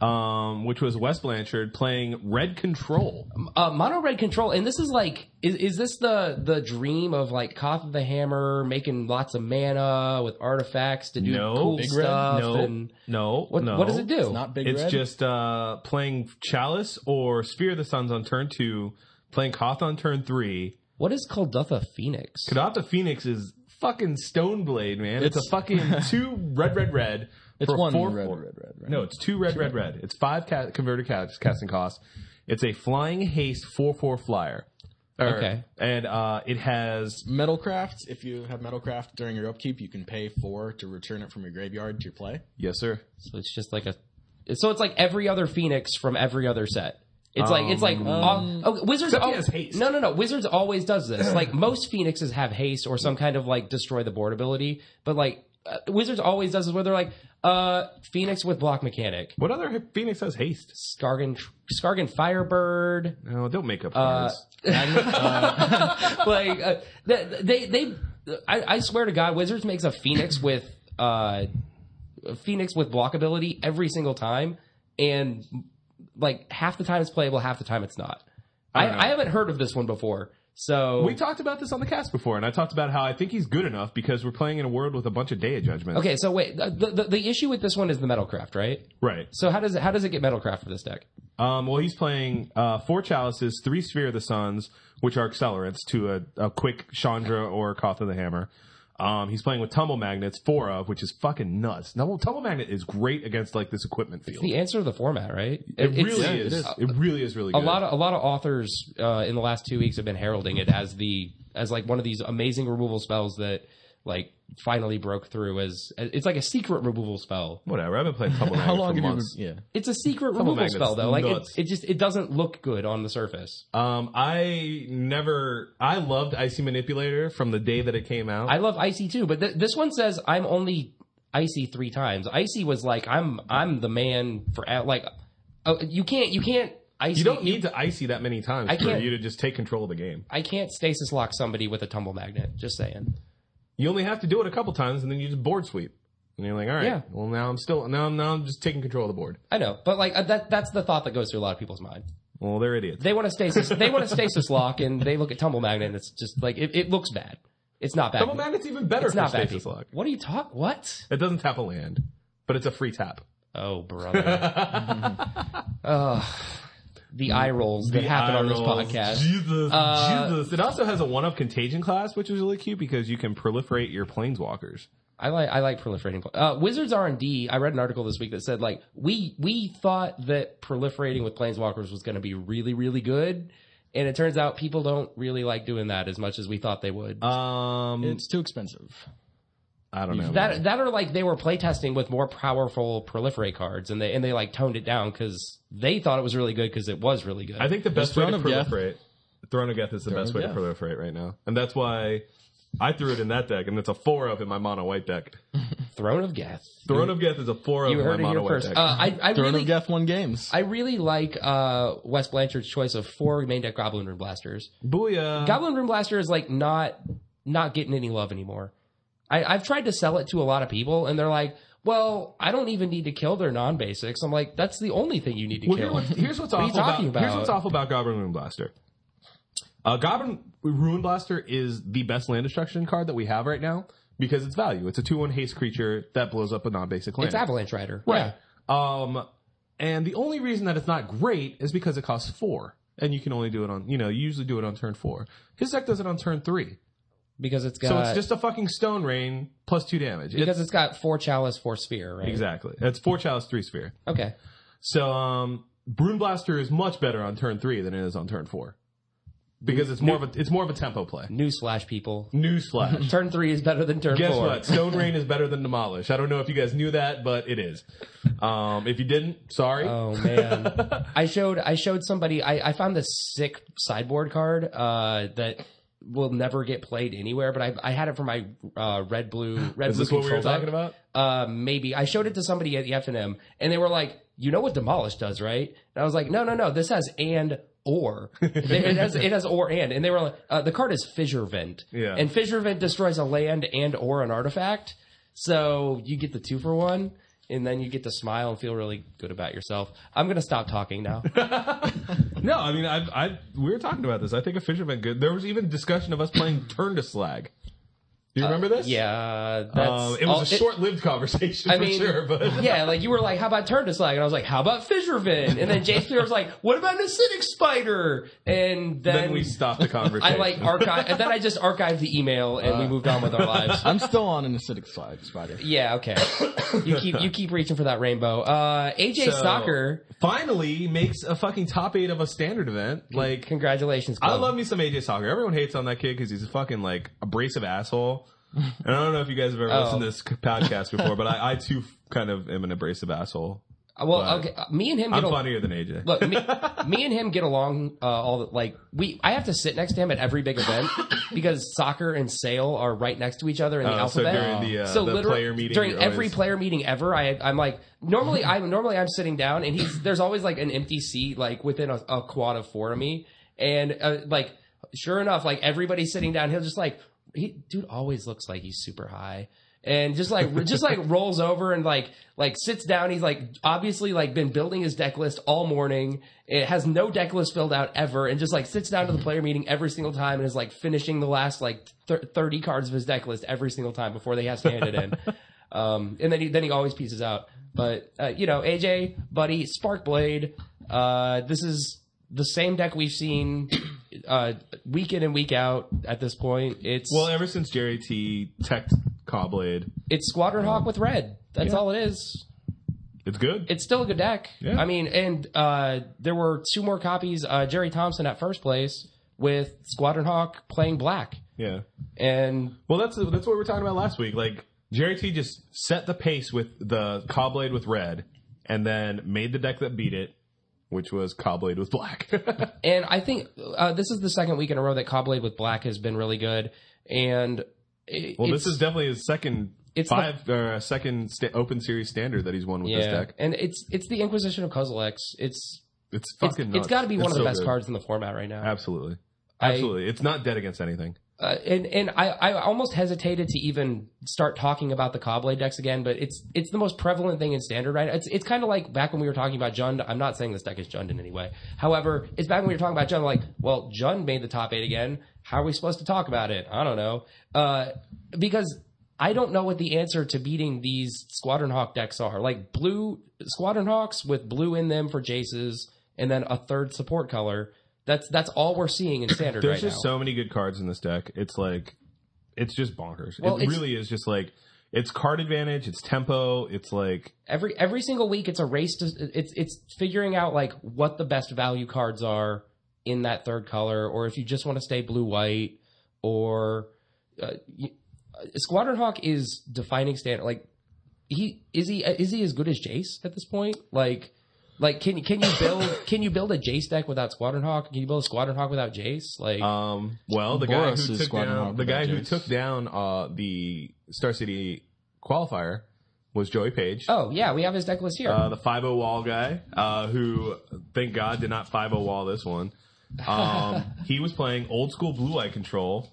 [SPEAKER 1] um, which was West Blanchard playing Red Control.
[SPEAKER 2] uh, mono red control, and this is like, is, is this the the dream of like Koth the Hammer making lots of mana with artifacts to do
[SPEAKER 1] No.
[SPEAKER 2] cool
[SPEAKER 1] Big
[SPEAKER 3] red?
[SPEAKER 2] stuff?
[SPEAKER 1] no,
[SPEAKER 2] And
[SPEAKER 1] no,
[SPEAKER 2] Uh, what
[SPEAKER 1] no.
[SPEAKER 2] what does it do?
[SPEAKER 3] It's not big
[SPEAKER 1] It's
[SPEAKER 3] red.
[SPEAKER 1] just uh, playing Chalice or Spear of the Suns on turn two, playing Koth on turn three.
[SPEAKER 2] what is Kuldutha Phoenix?
[SPEAKER 1] Kadata Phoenix is fucking Stoneblade, man. It's,
[SPEAKER 3] It's-
[SPEAKER 1] a fucking two red, red, red.
[SPEAKER 3] it's
[SPEAKER 1] for
[SPEAKER 3] one
[SPEAKER 1] four,
[SPEAKER 3] red,
[SPEAKER 1] four.
[SPEAKER 3] red, red, right?
[SPEAKER 1] No, it's two red, red, red. It's five ca- converted ca- casting costs. It's a flying haste four four flyer. Er,
[SPEAKER 2] Okay.
[SPEAKER 1] and uh, it has
[SPEAKER 3] Metalcraft, if you have Metalcraft during your upkeep, you can pay four to return it from your graveyard to your play.
[SPEAKER 1] yes, sir.
[SPEAKER 2] So it's just like a. So it's like every other Phoenix from every other set. It's like it's like all, oh, Wizards.
[SPEAKER 1] except he
[SPEAKER 2] al-
[SPEAKER 1] Um, has haste.
[SPEAKER 2] No, no, no. Wizards always does this. like most Phoenixes have haste or some kind of like destroy the board ability, but like uh, Wizards always does this where they're like uh Phoenix with block mechanic,
[SPEAKER 1] What other h- Phoenix has haste?
[SPEAKER 2] Scargan Scargan Firebird.
[SPEAKER 1] No, don't make up
[SPEAKER 3] Uh,
[SPEAKER 1] cards.
[SPEAKER 2] like uh, they they, they I, I swear to God, Wizards makes a Phoenix with uh, a Phoenix with block ability every single time, and like half the time it's playable, half the time it's not. I,
[SPEAKER 1] know.
[SPEAKER 2] I, haven't heard of this one before, so
[SPEAKER 1] we talked about this on the cast before, and I talked about how I think he's good enough because we're playing in a world with a bunch of Day of Judgment.
[SPEAKER 2] okay. So wait, the, the the issue with this one is the metalcraft, right?
[SPEAKER 1] Right.
[SPEAKER 2] So how does it how does it get metalcraft for this deck?
[SPEAKER 1] Um, well, he's playing uh, four Chalices, three Sphere of the Suns, which are accelerants to a, a quick Chandra or Koth of the Hammer. Um, he's playing with Tumble Magnets, four of, which is fucking nuts. Now, Tumble Magnet is great against like this equipment field.
[SPEAKER 2] The answer to the format, right?
[SPEAKER 1] It
[SPEAKER 2] it's-
[SPEAKER 1] really is. It, really is really
[SPEAKER 2] a
[SPEAKER 1] good.
[SPEAKER 2] lot of a lot of authors uh, in the last two weeks have been heralding it as the as like one of these amazing removal spells that like finally broke through as it's like a secret removal spell.
[SPEAKER 1] Whatever. I've been playing Tumble
[SPEAKER 3] How
[SPEAKER 1] Magnet
[SPEAKER 3] long
[SPEAKER 1] for
[SPEAKER 3] have you?
[SPEAKER 1] months.
[SPEAKER 3] Yeah.
[SPEAKER 2] It's a secret
[SPEAKER 1] Couple
[SPEAKER 2] removal
[SPEAKER 1] magnets,
[SPEAKER 2] spell though. Like it,
[SPEAKER 1] nuts.
[SPEAKER 2] it just it doesn't look good on the surface.
[SPEAKER 1] Um, I never. I loved Icy Manipulator from the day that it came out.
[SPEAKER 2] I love Icy too, but th- this one says I'm only Icy three times. Icy was like I'm I'm the man for out- like oh, you can't you can't Icy
[SPEAKER 1] you don't need to Icy that many times
[SPEAKER 2] I
[SPEAKER 1] for
[SPEAKER 2] can't-
[SPEAKER 1] you to just take control of the game.
[SPEAKER 2] I can't stasis lock somebody with a tumble magnet. Just saying.
[SPEAKER 1] You only have to do it a couple times, and then you just board sweep. And you're like, all right,
[SPEAKER 2] Yeah.
[SPEAKER 1] well now I'm still now now I'm just taking control of the board.
[SPEAKER 2] I know, but like uh, that that's the thought that goes through a lot of people's mind.
[SPEAKER 1] Well, they're idiots.
[SPEAKER 2] They want to stasis they want to stasis lock and they look at tumble magnet and it's just like it, it looks bad. It's not bad.
[SPEAKER 1] Double magnet's even better
[SPEAKER 2] it's
[SPEAKER 1] for
[SPEAKER 2] not bad.
[SPEAKER 1] stasis
[SPEAKER 2] people.
[SPEAKER 1] lock.
[SPEAKER 2] What are you talk what?
[SPEAKER 1] It doesn't tap a land, but it's a free tap.
[SPEAKER 2] Oh brother. Ugh. the eye rolls that
[SPEAKER 1] The
[SPEAKER 2] happen
[SPEAKER 1] eye
[SPEAKER 2] on this
[SPEAKER 1] rolls.
[SPEAKER 2] podcast.
[SPEAKER 1] Jesus,
[SPEAKER 2] Uh,
[SPEAKER 1] Jesus. It also has a one of contagion class, which is really cute because you can proliferate your planeswalkers.
[SPEAKER 2] I like I like proliferating. pla- Uh, Wizards R and D. I read an article this week that said like we we thought that proliferating with planeswalkers was going to be really really good, and it turns out people don't really like doing that as much as we thought they would.
[SPEAKER 1] Um,
[SPEAKER 3] It's too expensive.
[SPEAKER 1] I don't know.
[SPEAKER 2] that that are like they were playtesting with more powerful proliferate cards, and they and they like toned it down because they thought it was really good because it was really good.
[SPEAKER 1] I think the best way to
[SPEAKER 3] Throne of Death.
[SPEAKER 1] proliferate, Throne of Death is the best
[SPEAKER 3] of
[SPEAKER 1] way
[SPEAKER 3] Death.
[SPEAKER 1] to proliferate right now, and that's why I threw it in that deck, and it's a four of in my mono white deck.
[SPEAKER 2] Throne of Geth.
[SPEAKER 1] Throne of Death is a four of
[SPEAKER 2] You
[SPEAKER 1] in my
[SPEAKER 2] heard it
[SPEAKER 1] mono
[SPEAKER 2] here
[SPEAKER 1] white
[SPEAKER 2] first. Uh,
[SPEAKER 1] deck.
[SPEAKER 2] I I
[SPEAKER 3] Throne
[SPEAKER 2] really
[SPEAKER 3] of Death won games.
[SPEAKER 2] I really like uh, Wes Blanchard's choice of four main deck Goblin Rune Blasters.
[SPEAKER 1] Booyah!
[SPEAKER 2] Goblin Room Blaster is like not not getting any love anymore. I, I've tried to sell it to a lot of people, and they're like, "Well, I don't even need to kill their non-basics." I'm like, "That's the only thing you need to
[SPEAKER 1] Well, here
[SPEAKER 2] kill."
[SPEAKER 1] what's, here's what's awful
[SPEAKER 2] you talking
[SPEAKER 1] about, here's
[SPEAKER 2] about?
[SPEAKER 1] what's awful about Goblin Rune Blaster. Uh, Goblin Rune Blaster is the best land destruction card that we have right now because it's value. It's a two one haste creature that blows up a non basic land.
[SPEAKER 2] It's Avalanche Rider,
[SPEAKER 1] Right. Um, and the only reason that it's not great is because it costs four, and you can only do it on you know you usually do it on turn four. His deck does it on turn three,
[SPEAKER 2] because it's got
[SPEAKER 1] so it's just a fucking stone rain plus two damage. It's-
[SPEAKER 2] because it's Uh, got four chalice, four sphere, right?
[SPEAKER 1] exactly, it's four chalice, three sphere.
[SPEAKER 2] Okay,
[SPEAKER 1] So um, Brune Blaster is much better on turn three than it is on turn four because it's more of a it's more of a tempo play.
[SPEAKER 2] newsflash, people.
[SPEAKER 1] Newsflash.
[SPEAKER 2] Turn three is better than turn
[SPEAKER 1] Guess
[SPEAKER 2] four.
[SPEAKER 1] what? Stone Rain is better than Demolish. I don't know if you guys knew that, but it is. Um, if you didn't, sorry.
[SPEAKER 2] Oh man, I showed I showed somebody I, I found this sick sideboard card uh, that will never get played anywhere, but I, I had it for my uh, red blue red
[SPEAKER 1] is
[SPEAKER 2] blue
[SPEAKER 1] this what we were
[SPEAKER 2] control deck.
[SPEAKER 1] talking about?
[SPEAKER 2] uh, maybe I showed it to somebody at the FNM, and they were like, "You know what demolish does, right?" And I was like, "No, no, no. This has and or. it has it has or and." And they were like, uh, "The card is fissure vent.
[SPEAKER 1] Yeah.
[SPEAKER 2] And fissure vent destroys a land and or an artifact, so you get the two for one." And then you get to smile and feel really good about yourself. I'm gonna stop talking now.
[SPEAKER 1] No, I mean, I, I, we were talking about this. I think a fisherman good. There was even discussion of us playing Turn to Slag. Do you remember this?
[SPEAKER 2] Uh, yeah, that's
[SPEAKER 1] Um, it was
[SPEAKER 2] all-
[SPEAKER 1] a short-lived conversation
[SPEAKER 2] I
[SPEAKER 1] for
[SPEAKER 2] mean,
[SPEAKER 1] sure, but
[SPEAKER 2] yeah, like you were like, "How about turn to slag?" And I was like, "How about fissure fin?" And then James Clear was like, "What about an acidic spider?" And then,
[SPEAKER 1] then we stopped the conversation.
[SPEAKER 2] I like archive, and then I just archived the email, and
[SPEAKER 1] Uh.
[SPEAKER 2] we moved on with our lives.
[SPEAKER 3] I'm still on an acidic slide, Spider.
[SPEAKER 2] Yeah, okay. You keep you keep reaching for that rainbow. Uh, AJ
[SPEAKER 1] So,
[SPEAKER 2] Stocker,
[SPEAKER 1] finally makes a fucking top eight of a standard event. Like,
[SPEAKER 2] congratulations!
[SPEAKER 1] I
[SPEAKER 2] club.
[SPEAKER 1] love me some AJ Soccer. Everyone hates on that kid because he's a fucking like abrasive asshole. And I don't know if you guys have ever
[SPEAKER 2] Oh.
[SPEAKER 1] listened to this podcast before, but I, I too kind of am an abrasive asshole.
[SPEAKER 2] Well, okay, uh, me and him
[SPEAKER 1] I'm
[SPEAKER 2] get al-
[SPEAKER 1] funnier than AJ.
[SPEAKER 2] look. Me, me and him get along uh, all the, like we. I have to sit next to him at every big event because soccer and sale are right next to each other in the
[SPEAKER 1] Uh, so
[SPEAKER 2] alphabet.
[SPEAKER 1] during the, uh,
[SPEAKER 2] so
[SPEAKER 1] the
[SPEAKER 2] literally
[SPEAKER 1] player meeting,
[SPEAKER 2] during
[SPEAKER 1] you're
[SPEAKER 2] every
[SPEAKER 1] always-
[SPEAKER 2] player meeting ever, I, I'm like normally I'm normally I'm sitting down and he's there's always like an empty seat like within a, a quad of four of me and uh, like sure enough like everybody's sitting down he'll just like he dude always looks like he's super high and just like just like rolls over and like like sits down he's like obviously like been building his deck list all morning it has no deck list filled out ever and just like sits down to the player meeting every single time and is like finishing the last like thir- 30 cards of his deck list every single time before they has to hand it in Um, and then he then he always pieces out. But uh, you know, AJ, buddy, Sparkblade. Uh, this is the same deck we've seen uh, week in and week out at this point. It's
[SPEAKER 1] well, ever since Jerry T teched Cobblade,
[SPEAKER 2] it's Squadron Hawk with red. That's all it is.
[SPEAKER 1] it's good.
[SPEAKER 2] It's still a good deck.
[SPEAKER 1] Yeah.
[SPEAKER 2] I mean, and uh, there were two more copies. Uh, Jerry Thompson at first place with Squadron Hawk playing black.
[SPEAKER 1] Yeah.
[SPEAKER 2] And
[SPEAKER 1] Well, that's that's what we were talking about last week. Like Jerry T just set the pace with the Cobblade with red, and then made the deck that beat it, which was Cobblade with black.
[SPEAKER 2] and I think uh, this is the second week in a row that Cobblade with Black has been really good. And it,
[SPEAKER 1] well,
[SPEAKER 2] it's,
[SPEAKER 1] this is definitely his second
[SPEAKER 2] it's
[SPEAKER 1] five uh, second sta- open series standard that he's won with this
[SPEAKER 2] yeah,
[SPEAKER 1] deck.
[SPEAKER 2] and it's it's the Inquisition of Kozilek. It's
[SPEAKER 1] It's
[SPEAKER 2] it's,
[SPEAKER 1] fucking.
[SPEAKER 2] it's got to be one of the best
[SPEAKER 1] cards.
[SPEAKER 2] cards in the format right now.
[SPEAKER 1] Absolutely.
[SPEAKER 2] I-
[SPEAKER 1] Absolutely. it's not dead against anything.
[SPEAKER 2] uh, and and I, I almost hesitated to even start talking about the Cobblade decks again, but it's it's the most prevalent thing in standard, right? It's it's kind of like back when we were talking about Jund. I'm not saying this deck is Jund in any way. However, it's back when we were talking about Jund. Like, well, Jund made the top eight again. How are we supposed to talk about it? I don't know, uh, because I don't know what the answer to beating these Squadron Hawk decks are. Like blue Squadron Hawks with blue in them for Jaces, and then a third support color. That's that's all we're seeing in standard
[SPEAKER 1] There's
[SPEAKER 2] right
[SPEAKER 1] just
[SPEAKER 2] now.
[SPEAKER 1] so many good cards in this deck. It's like, it's just bonkers.
[SPEAKER 2] Well,
[SPEAKER 1] it
[SPEAKER 2] it's-
[SPEAKER 1] really is just like, it's card advantage, it's tempo, it's like,
[SPEAKER 2] every every single week it's a race to it's it's figuring out like what the best value cards are in that third color or if you just want to stay blue white or uh, y- uh, squadron hawk is defining standard like he is he is he as good as jace at this point like like can can you build can you build a jace deck without squadron hawk can you build a squadron hawk without jace like
[SPEAKER 1] um, well, the
[SPEAKER 3] Boros
[SPEAKER 1] guy who
[SPEAKER 3] is
[SPEAKER 1] took
[SPEAKER 3] squatting
[SPEAKER 1] down,
[SPEAKER 3] hard
[SPEAKER 1] the
[SPEAKER 3] with
[SPEAKER 1] guy
[SPEAKER 3] that
[SPEAKER 1] who
[SPEAKER 3] Jace.
[SPEAKER 1] took down, uh, the Star City qualifier was Joey Page.
[SPEAKER 2] oh yeah we have his deck list here
[SPEAKER 1] Uh, the 5 wall guy, uh, who, thank God, did not 5 wall this one. Um, he was playing old school blue eye control.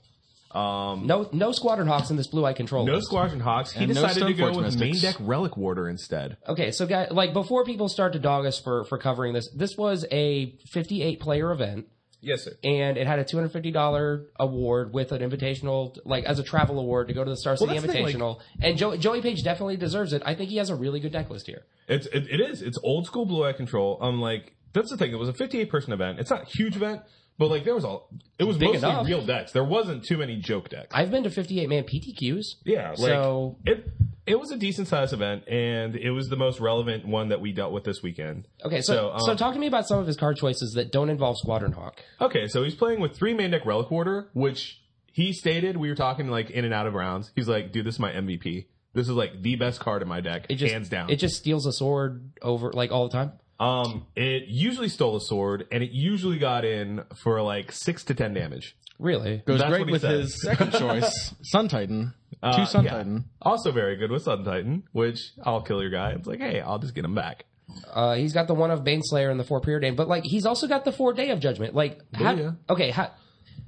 [SPEAKER 1] Um,
[SPEAKER 2] no no squadron hawks in this blue eye control
[SPEAKER 1] No
[SPEAKER 2] list.
[SPEAKER 1] Squadron Hawks. He
[SPEAKER 3] And no
[SPEAKER 1] decided to go
[SPEAKER 3] Stoneforge
[SPEAKER 1] with main
[SPEAKER 3] Mystics.
[SPEAKER 1] deck Relic Warder instead.
[SPEAKER 2] Okay, so guys, like before people start to dog us for for covering this, this was a 58 player event
[SPEAKER 1] Yes, sir.
[SPEAKER 2] and it had a $250 award with an invitational like as a travel award to go to the Star City
[SPEAKER 1] that's the thing, like-
[SPEAKER 2] Invitational. and jo- Joey Page definitely deserves it. I think he has a really good deck list here.
[SPEAKER 1] It's it, it is. It's old school blue eye control. Um, like that's the thing. It was a 58 person event. It's not a huge event, but like there was all. It was
[SPEAKER 2] Big
[SPEAKER 1] mostly
[SPEAKER 2] enough.
[SPEAKER 1] real decks. There wasn't too many joke decks.
[SPEAKER 2] I've been to 58 man PTQs.
[SPEAKER 1] yeah. Like,
[SPEAKER 2] so-
[SPEAKER 1] it it was a decent sized event, and it was the most relevant one that we dealt with this weekend.
[SPEAKER 2] Okay, so so,
[SPEAKER 1] So, um,
[SPEAKER 2] talk to me about some of his card choices that don't involve Squadron Hawk.
[SPEAKER 1] Okay, so he's playing with three main deck Relic Warder, which he stated we were talking like in and out of rounds. He's like, dude, this is my MVP. This is like the best card in my deck,
[SPEAKER 2] It just
[SPEAKER 1] hands down.
[SPEAKER 2] It just steals a sword over like all the time.
[SPEAKER 1] Um, it usually stole a sword, and it usually got in for like six to ten damage.
[SPEAKER 2] Really?
[SPEAKER 3] Goes
[SPEAKER 1] That's
[SPEAKER 3] great
[SPEAKER 1] what he
[SPEAKER 3] with
[SPEAKER 1] said.
[SPEAKER 3] his second choice, Sun Titan.
[SPEAKER 1] Uh,
[SPEAKER 3] Two Sun
[SPEAKER 1] yeah.
[SPEAKER 3] Titan.
[SPEAKER 1] also very good with Sun Titan, which I'll kill your guy. It's like, hey, I'll just get him back.
[SPEAKER 2] Uh, he's got the one of Baneslayer and the four period name, but like he's also got the four day of judgment. Like, how,
[SPEAKER 1] yeah.
[SPEAKER 2] okay, how,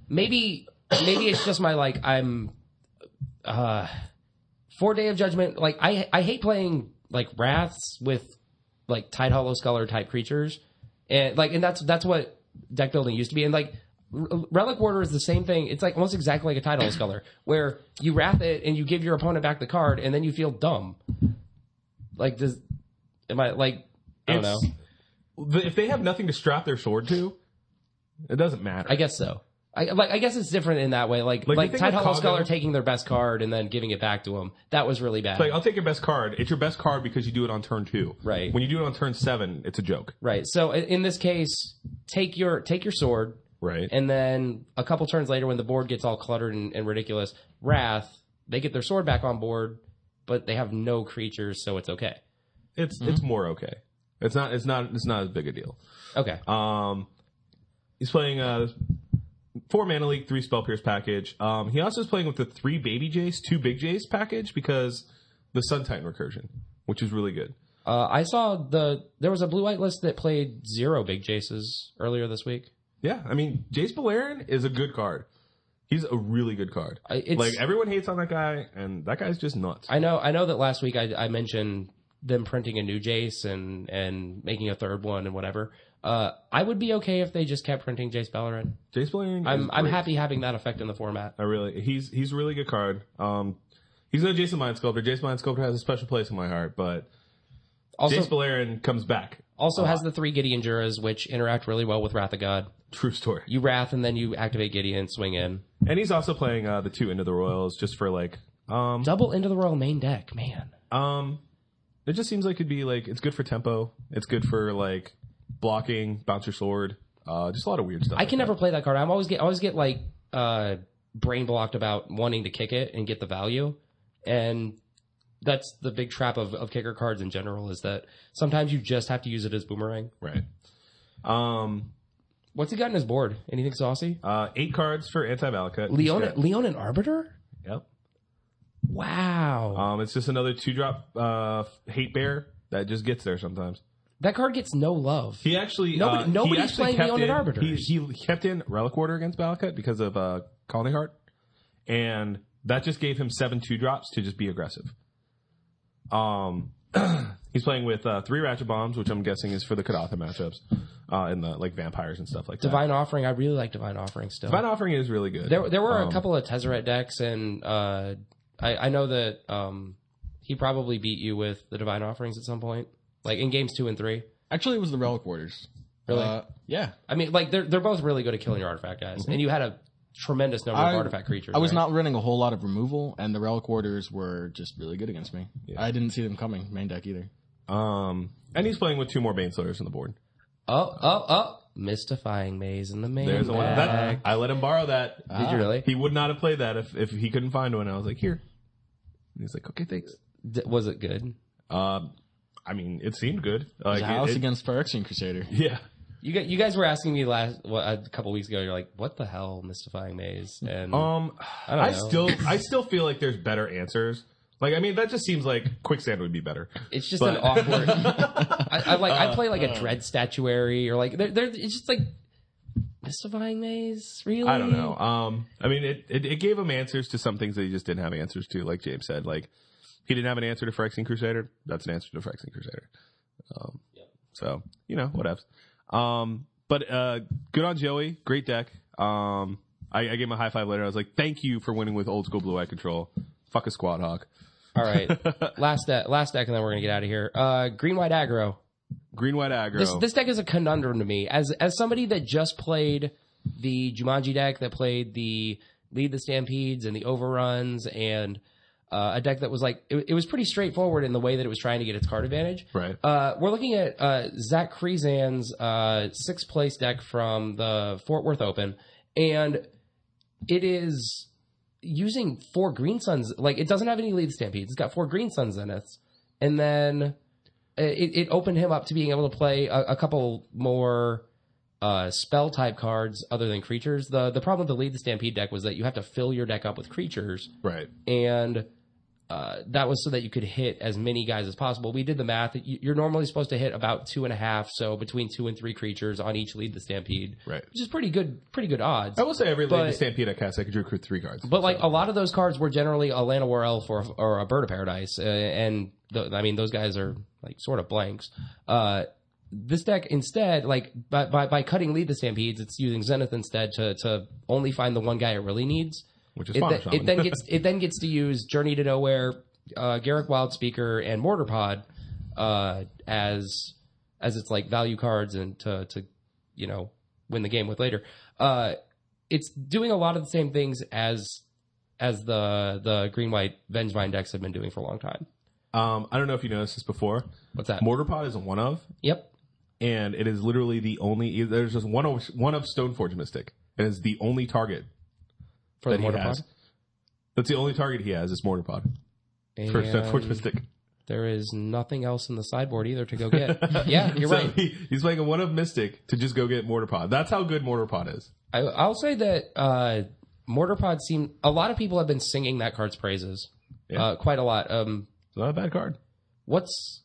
[SPEAKER 2] maybe maybe it's just my like I'm uh four day of judgment. Like I I hate playing like wraths with like tide hollow scholar type creatures, and like and that's that's what deck building used to be. And like R- relic warder is the same thing. It's like almost exactly like a tide hollow scholar where you wrath it and you give your opponent back the card, and then you feel dumb. Like does am I like I don't know.
[SPEAKER 1] It's- The- If they have nothing to strap their sword to, it doesn't matter.
[SPEAKER 2] I guess so. I like. I guess it's different in that way. Like
[SPEAKER 1] the
[SPEAKER 2] like,
[SPEAKER 1] thing
[SPEAKER 2] Tide
[SPEAKER 1] with
[SPEAKER 2] Hollow
[SPEAKER 1] Coggo-
[SPEAKER 2] Scholar taking their best card and then giving it back to him. That was really bad.
[SPEAKER 1] like, I'll take your best card. It's your best card because you do it on turn two.
[SPEAKER 2] Right.
[SPEAKER 1] When you do it on turn seven, it's a joke.
[SPEAKER 2] right. So i- in this case, take your take your sword,
[SPEAKER 1] Right.
[SPEAKER 2] and then a couple turns later, when the board gets all cluttered and, and ridiculous, Wrath they get their sword back on board, but they have no creatures, so it's okay.
[SPEAKER 1] it's it's
[SPEAKER 2] Mm-hmm.
[SPEAKER 1] more okay. It's not it's not it's not as big a deal.
[SPEAKER 2] Okay.
[SPEAKER 1] Um, he's playing a four mana league, three spell pierce package. Um, he also is playing with the three baby Jays, two big Jays package because the Sun Titan recursion, which is really good.
[SPEAKER 2] Uh, I saw the there was a blue white list that played zero big Jaces earlier this week.
[SPEAKER 1] Yeah, I mean, Jace Balerion is a good card. He's a really good card.
[SPEAKER 2] I- it's-
[SPEAKER 1] like everyone hates on that guy, and that guy's just nuts.
[SPEAKER 2] I know. I know that last week I, I mentioned them printing a new Jace and and making a third one and whatever. Uh, I would be okay if they just kept printing Jace Bellerin.
[SPEAKER 1] Jace Balerion. is
[SPEAKER 2] I'm I'm
[SPEAKER 1] great.
[SPEAKER 2] happy having that effect in the format.
[SPEAKER 1] I really he's he's a really good card. Um, he's no Jason Mind Sculptor. Jason Mind Sculptor has a special place in my heart, but
[SPEAKER 2] Also,
[SPEAKER 1] Jace uh-huh. Balerion comes back.
[SPEAKER 2] also has the three Gideon Juras, which interact really well with Wrath of God.
[SPEAKER 1] True story.
[SPEAKER 2] You Wrath and then you activate Gideon, swing in,
[SPEAKER 1] And he's also playing uh, the two into the Royals just for like um
[SPEAKER 2] double into the royal main deck. Man,
[SPEAKER 1] um it just seems like it'd be like it's good for tempo, it's good for like blocking, bounce your sword, uh just a lot of weird stuff.
[SPEAKER 2] I can never play that card. I'm always get I always get like uh brain blocked about wanting to kick it and get the value. And that's the big trap of, of kicker cards in general is that sometimes you just have to use it as boomerang.
[SPEAKER 1] Right. Um,
[SPEAKER 2] What's he got in his board? Anything saucy?
[SPEAKER 1] uh, eight cards for anti Malika.
[SPEAKER 2] Leon, Leon and Arbiter?
[SPEAKER 1] Yep.
[SPEAKER 2] Wow.
[SPEAKER 1] Um, it's just another two drop uh, hate bear that just gets there sometimes.
[SPEAKER 2] that card gets no love.
[SPEAKER 1] He actually
[SPEAKER 2] Nobody-
[SPEAKER 1] uh,
[SPEAKER 2] nobody's
[SPEAKER 1] he actually
[SPEAKER 2] playing
[SPEAKER 1] kept
[SPEAKER 2] Leon and
[SPEAKER 1] in-
[SPEAKER 2] Arbiter.
[SPEAKER 1] He, he kept in Relic Order against Balakut because of uh, Colony Heart, and that just gave him seven two drops to just be aggressive. Um, he's playing with uh, three Ratchet Bombs, which I'm guessing is for the Kadatha matchups, uh, and the like vampires and stuff like that.
[SPEAKER 2] Divine Offering. I really like Divine Offering still.
[SPEAKER 1] Divine Offering is really good.
[SPEAKER 2] There, there were
[SPEAKER 1] Um,
[SPEAKER 2] a couple of Tezzeret decks, and uh, I, I know that um, he probably beat you with the Divine Offerings at some point, like in games two and three.
[SPEAKER 3] Actually, it was the Relic Warders.
[SPEAKER 2] Really?
[SPEAKER 3] Uh, yeah.
[SPEAKER 2] I mean, like they're they're both really good at killing your artifact guys,
[SPEAKER 1] Mm-hmm.
[SPEAKER 2] and you had a tremendous number of
[SPEAKER 3] I-
[SPEAKER 2] artifact creatures.
[SPEAKER 3] I was
[SPEAKER 2] right?
[SPEAKER 3] not running a whole lot of removal, and the Relic Warders were just really good against me. I didn't see them coming, main deck either.
[SPEAKER 1] Um, and he's playing with two more Baneslayers on the board.
[SPEAKER 2] Oh, oh, oh! Mystifying Maze in the main.
[SPEAKER 1] There's the one
[SPEAKER 2] deck.
[SPEAKER 1] that Ah. I let him borrow that.
[SPEAKER 2] Did you really?
[SPEAKER 1] He would not have played that if, if he couldn't find one. I was like, here. And he's like, okay, thanks.
[SPEAKER 2] D- was it good?
[SPEAKER 1] Um, I mean, it seemed good. Like,
[SPEAKER 3] The
[SPEAKER 1] it-
[SPEAKER 3] house
[SPEAKER 1] it-
[SPEAKER 3] against Phyrexian Crusader.
[SPEAKER 1] Yeah.
[SPEAKER 2] You gu you guys were asking me last what, a couple weeks ago. You're like, what the hell, Mystifying Maze? And
[SPEAKER 1] Um,
[SPEAKER 2] I don't
[SPEAKER 1] I,
[SPEAKER 2] know.
[SPEAKER 1] still, I still feel like there's better answers. Like, I mean, that just seems like quicksand would be better.
[SPEAKER 2] It's just
[SPEAKER 1] But-
[SPEAKER 2] an awkward. I, I like.
[SPEAKER 1] Uh,
[SPEAKER 2] I play like a dread statuary or like. They're, they're it's just like mystifying maze. Really,
[SPEAKER 1] I don't know. Um, I mean, it, it, it gave him answers to some things that he just didn't have answers to. Like James said, like he didn't have an answer to Phyrexian Crusader. That's an answer to Phyrexian Crusader. Um, so you know, whatevs. Um, but uh, good on Joey. Great deck. Um, I, I gave him a high five later. I was like, thank you for winning with old school blue eye control. Fuck a squad hawk.
[SPEAKER 2] All right, last deck, last deck, and then we're gonna get out of here. Uh, green white aggro.
[SPEAKER 1] Green white aggro.
[SPEAKER 2] This this deck is a conundrum to me as as somebody that just played the Jumanji deck that played the lead the stampedes and the overruns and uh, a deck that was like it, it was pretty straightforward in the way that it was trying to get its card advantage.
[SPEAKER 1] right.
[SPEAKER 2] Uh, we're looking at uh, Zach Kreezan's uh, sixth place deck from the Fort Worth Open, and it is using four Green Suns. Like it doesn't have any lead stampedes. It's got four Green Sun Zeniths, and then uh, it, it opened him up to being able to play a, a couple more uh, spell type cards other than creatures. The the problem with the lead the stampede deck was that you have to fill your deck up with creatures
[SPEAKER 1] Right.
[SPEAKER 2] and uh, that was so that you could hit as many guys as possible. We did the math. You- You're normally supposed to hit about two and a half, so between two and three creatures on each lead the stampede,
[SPEAKER 1] Right.
[SPEAKER 2] which is pretty good, pretty good odds.
[SPEAKER 1] I will say every
[SPEAKER 2] But-
[SPEAKER 1] lady stampede I cast, I could drew three cards.
[SPEAKER 2] But like a lot of those cards were generally a Land of War Elf or, or a Bird of Paradise, uh, and th I mean those guys are like sort of blanks. Uh, this deck instead, like by, by by cutting lead the stampedes, it's using Zenith instead to to only find the one guy it really needs.
[SPEAKER 1] which is
[SPEAKER 2] it,
[SPEAKER 1] fun.
[SPEAKER 2] th- it then gets it then gets to use Journey to Nowhere, uh, Garrick Wildspeaker, and Mortar Pod uh, as as its like value cards and to to you know win the game with later. Uh, it's doing a lot of the same things as as the the green white Vengevine decks have been doing for a long time.
[SPEAKER 1] um, I don't know if you noticed this before.
[SPEAKER 2] What's that?
[SPEAKER 1] Mortar Pod is a one of,
[SPEAKER 2] yep.
[SPEAKER 1] and it is literally the only. There's just one of one of Stoneforge Mystic, and it's the only target
[SPEAKER 2] For
[SPEAKER 1] that
[SPEAKER 2] the
[SPEAKER 1] he
[SPEAKER 2] Mortar
[SPEAKER 1] has.
[SPEAKER 2] Pod.
[SPEAKER 1] That's the only target he has is Mortar Pod for Stoneforge
[SPEAKER 2] And
[SPEAKER 1] Mystic.
[SPEAKER 2] there is nothing else in the sideboard either to go get. yeah, you're
[SPEAKER 1] So
[SPEAKER 2] right.
[SPEAKER 1] he- he's playing a one of Mystic to just go get Mortar Pod. That's how good Mortar Pod is.
[SPEAKER 2] I, I'll say that uh, Mortarpod seemed. A lot of people have been singing that card's praises,
[SPEAKER 1] Yeah.
[SPEAKER 2] uh, quite a lot. Um,
[SPEAKER 1] It's not a bad card.
[SPEAKER 2] what's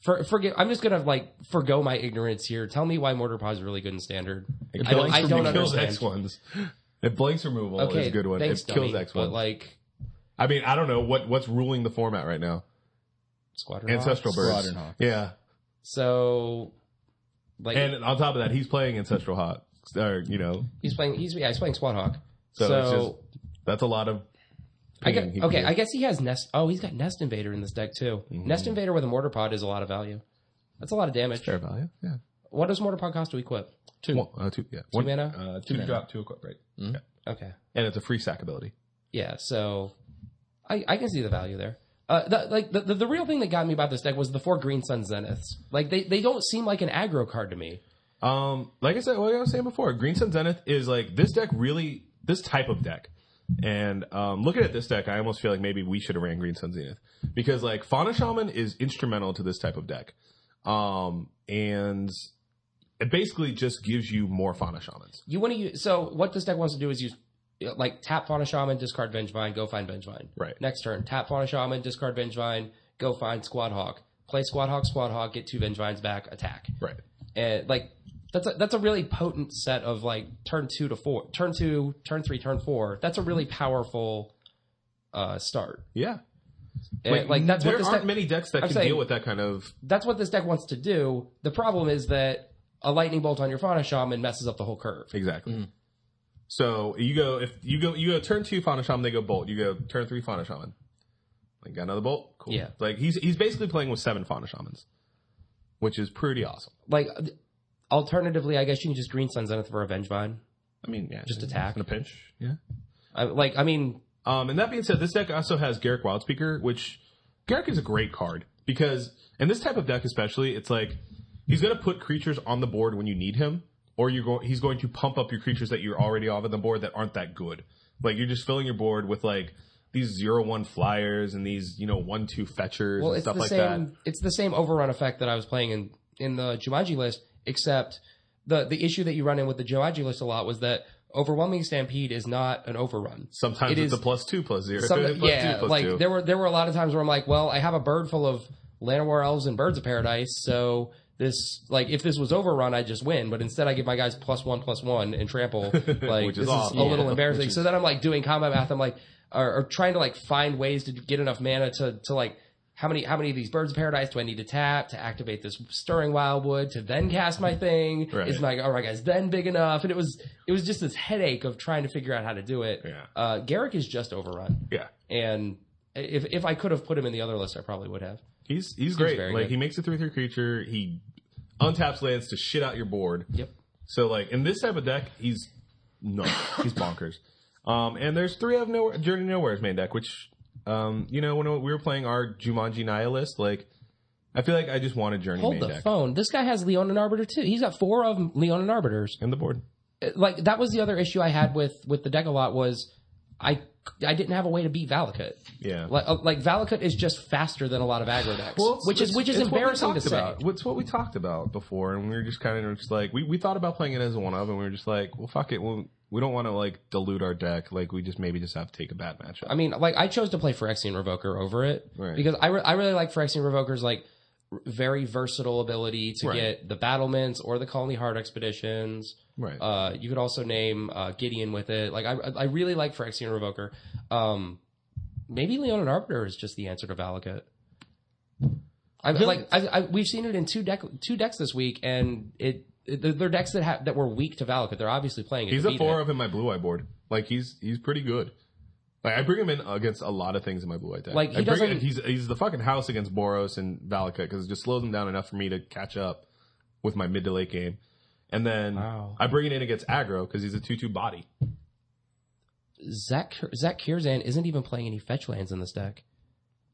[SPEAKER 2] for forgive? I'm just gonna like forgo my ignorance here. Tell me why Mortarpod is really good in standard.
[SPEAKER 1] It
[SPEAKER 2] I don't, I
[SPEAKER 1] kills-
[SPEAKER 2] don't
[SPEAKER 1] it kills X
[SPEAKER 2] understand.
[SPEAKER 1] ones. It blanks removal
[SPEAKER 2] Okay,
[SPEAKER 1] is a good one.
[SPEAKER 2] thanks,
[SPEAKER 1] it kills
[SPEAKER 2] dummy,
[SPEAKER 1] X
[SPEAKER 2] But
[SPEAKER 1] ones.
[SPEAKER 2] like
[SPEAKER 1] I mean, I don't know what what's ruling the format right now.
[SPEAKER 2] Squadron
[SPEAKER 1] Ancestral
[SPEAKER 2] Hawks.
[SPEAKER 1] birds.
[SPEAKER 3] Squadron Hawk.
[SPEAKER 1] Yeah,
[SPEAKER 2] So like
[SPEAKER 1] and on top of that, he's playing ancestral hawk. Or you know,
[SPEAKER 2] he's playing. He's yeah, he's playing Squad Hawk.
[SPEAKER 1] So
[SPEAKER 2] So,
[SPEAKER 1] it's that's a lot of.
[SPEAKER 2] I guess,
[SPEAKER 1] pinging he can
[SPEAKER 2] okay,
[SPEAKER 1] do.
[SPEAKER 2] I guess he has nest. Oh, he's got Nest Invader in this deck too.
[SPEAKER 1] Mm-hmm.
[SPEAKER 2] Nest Invader with a Mortar Pod is a lot of value. That's a lot of damage.
[SPEAKER 1] fair value. Yeah,
[SPEAKER 2] What does Mortar Pod cost to equip?
[SPEAKER 1] two, one, uh, two, yeah, one,
[SPEAKER 2] mana?
[SPEAKER 1] uh, two, drop, two equip, right? Yeah.
[SPEAKER 2] Okay.
[SPEAKER 1] And it's a free sack ability.
[SPEAKER 2] Yeah, so I, I can see the value there. Uh, the, like the, the the real thing that got me about this deck was the four Green Sun Zeniths. Like they, they don't seem like an aggro card to me.
[SPEAKER 1] Um, like I said, like I was saying before, Green Sun Zenith is like this deck really this type of deck. And um, looking at this deck, I almost feel like maybe we should have ran Green Sun Zenith because like Fauna Shaman is instrumental to this type of deck, um, and it basically just gives you more Fauna Shamans.
[SPEAKER 2] You want to use, so what this deck wants to do is use uh, like tap Fauna Shaman, discard Vengevine, go find Vengevine.
[SPEAKER 1] Right.
[SPEAKER 2] Next turn, tap Fauna Shaman, discard Vengevine, go find Squad Hawk. Play Squad Hawk, Squad Hawk, get two Vengevines back, attack.
[SPEAKER 1] Right.
[SPEAKER 2] And Eh, like that's a, that's a really potent set of like turn two to four, turn two, turn three, turn four. That's a really powerful uh, start.
[SPEAKER 1] Yeah.
[SPEAKER 2] And, like that's
[SPEAKER 1] there
[SPEAKER 2] what this
[SPEAKER 1] aren't
[SPEAKER 2] deck,
[SPEAKER 1] many decks that
[SPEAKER 2] I'm
[SPEAKER 1] can
[SPEAKER 2] saying-
[SPEAKER 1] deal with that kind of
[SPEAKER 2] that's what this deck wants to do. The problem is that a lightning bolt on your Fauna Shaman messes up the whole curve.
[SPEAKER 1] Exactly.
[SPEAKER 2] Mm.
[SPEAKER 1] So you go if you go you go turn two Fauna Shaman, they go bolt. You go turn three Fauna Shaman. Like got another bolt? Cool.
[SPEAKER 2] Yeah.
[SPEAKER 1] Like he's he's basically playing with seven Fauna Shamans. Which is pretty awesome.
[SPEAKER 2] Like alternatively, I guess you can just Green Sun Zenith for a Vengevine.
[SPEAKER 1] I mean, yeah.
[SPEAKER 2] Just attack.
[SPEAKER 1] in a pinch. Yeah.
[SPEAKER 2] I, like I mean,
[SPEAKER 1] Um and that being said, this deck also has Garrick Wildspeaker, which Garrick is a great card because in this type of deck especially, it's like he's gonna put creatures on the board when you need him, or you're going he's going to pump up your creatures that you're already on the board that aren't that good. Like you're just filling your board with like these zero one flyers and these, you know, one two fetchers
[SPEAKER 2] well,
[SPEAKER 1] and
[SPEAKER 2] it's
[SPEAKER 1] stuff
[SPEAKER 2] the
[SPEAKER 1] like
[SPEAKER 2] same.
[SPEAKER 1] that.
[SPEAKER 2] It's the same overrun effect that I was playing in in the Jumanji list, except the the issue that you run in with the Jumanji list a lot was that overwhelming stampede is not an overrun.
[SPEAKER 1] Sometimes
[SPEAKER 2] it
[SPEAKER 1] it's
[SPEAKER 2] is-
[SPEAKER 1] a plus two plus zero.
[SPEAKER 2] Some,
[SPEAKER 1] plus
[SPEAKER 2] yeah,
[SPEAKER 1] two, plus
[SPEAKER 2] like
[SPEAKER 1] two.
[SPEAKER 2] there were there were a lot of times where I'm like, well, I have a bird full of Llanowar elves and birds of paradise, so this like if this was overrun, I'd just win. But instead, I give my guys plus one plus one and trample. Like
[SPEAKER 1] Which is
[SPEAKER 2] this is,
[SPEAKER 1] awesome.
[SPEAKER 2] a
[SPEAKER 1] Yeah.
[SPEAKER 2] little
[SPEAKER 1] Which
[SPEAKER 2] embarrassing.
[SPEAKER 1] is-
[SPEAKER 2] So then I'm like doing combat math. I'm like, or, or trying to like find ways to get enough mana to to like. How many how many of these birds of paradise do I need to tap to activate this stirring wildwood to then cast my thing?
[SPEAKER 1] Right.
[SPEAKER 2] Is my are my guys then big enough? And it was it was just this headache of trying to figure out how to do it.
[SPEAKER 1] Yeah.
[SPEAKER 2] Uh, Garrick is just overrun
[SPEAKER 1] yeah.
[SPEAKER 2] and if if I could have put him in the other list, I probably would have.
[SPEAKER 1] He's he's great.
[SPEAKER 2] very
[SPEAKER 1] like
[SPEAKER 2] good.
[SPEAKER 1] he makes a three three creature, he untaps lands to shit out your board.
[SPEAKER 2] Yep.
[SPEAKER 1] So like in this type of deck, he's no, he's bonkers. Um, and there's three of nowhere Journey to Nowhere's main deck, which um, you know when we were playing our Jumanji Nihilist, like I feel like I just wanted Journey
[SPEAKER 2] Hold
[SPEAKER 1] main
[SPEAKER 2] the
[SPEAKER 1] deck
[SPEAKER 2] phone. This guy has Leon and Arbiter too. He's got four of them, Leon and Arbiters.
[SPEAKER 1] and the board.
[SPEAKER 2] Uh, Like that was the other issue I had with with the deck a lot was I I didn't have a way to beat Valakut.
[SPEAKER 1] Yeah.
[SPEAKER 2] Like uh, like Valakut is just faster than a lot of aggro decks,
[SPEAKER 1] Well,
[SPEAKER 2] which is
[SPEAKER 1] it's-
[SPEAKER 2] which is
[SPEAKER 1] it's what we
[SPEAKER 2] embarrassing to
[SPEAKER 1] talked
[SPEAKER 2] say.
[SPEAKER 1] About. It's what we talked about before, and we were just kind of just like we, we thought about playing it as a one of, and we were just like, well, fuck it, we'll, we don't want to like dilute our deck. Like we just maybe just have to take a bad matchup.
[SPEAKER 2] I mean, like I chose to play Phyrexian Revoker over it
[SPEAKER 1] Right.
[SPEAKER 2] because I, re- I really like Phyrexian Revoker's like r- very versatile ability to
[SPEAKER 1] Right.
[SPEAKER 2] get the battlements or the Colony Hard Expeditions.
[SPEAKER 1] right.
[SPEAKER 2] Uh, you could also name uh, Gideon with it. Like I, I really like Phyrexian Revoker. Um, maybe Leon and Arbiter is just the answer to Valakut. I feel like I, I, we've seen it in two deck two decks this week, and it, it they're, they're decks that have that were weak to Valakut. They're obviously playing. It
[SPEAKER 1] He's
[SPEAKER 2] to
[SPEAKER 1] a
[SPEAKER 2] beat
[SPEAKER 1] four
[SPEAKER 2] it.
[SPEAKER 1] of in my blue eye board. Like he's he's pretty good. Like I bring him in against a lot of things in my blue eye deck.
[SPEAKER 2] Like, he
[SPEAKER 1] I bring-
[SPEAKER 2] doesn't-
[SPEAKER 1] he's he's the fucking house against Boros and Valakut because it just slows him down enough for me to catch up with my mid to late game. And then
[SPEAKER 2] Wow.
[SPEAKER 1] I bring it in against aggro because he's a two two body.
[SPEAKER 2] Zach Zach Kierzan isn't even playing any fetch lands in this deck.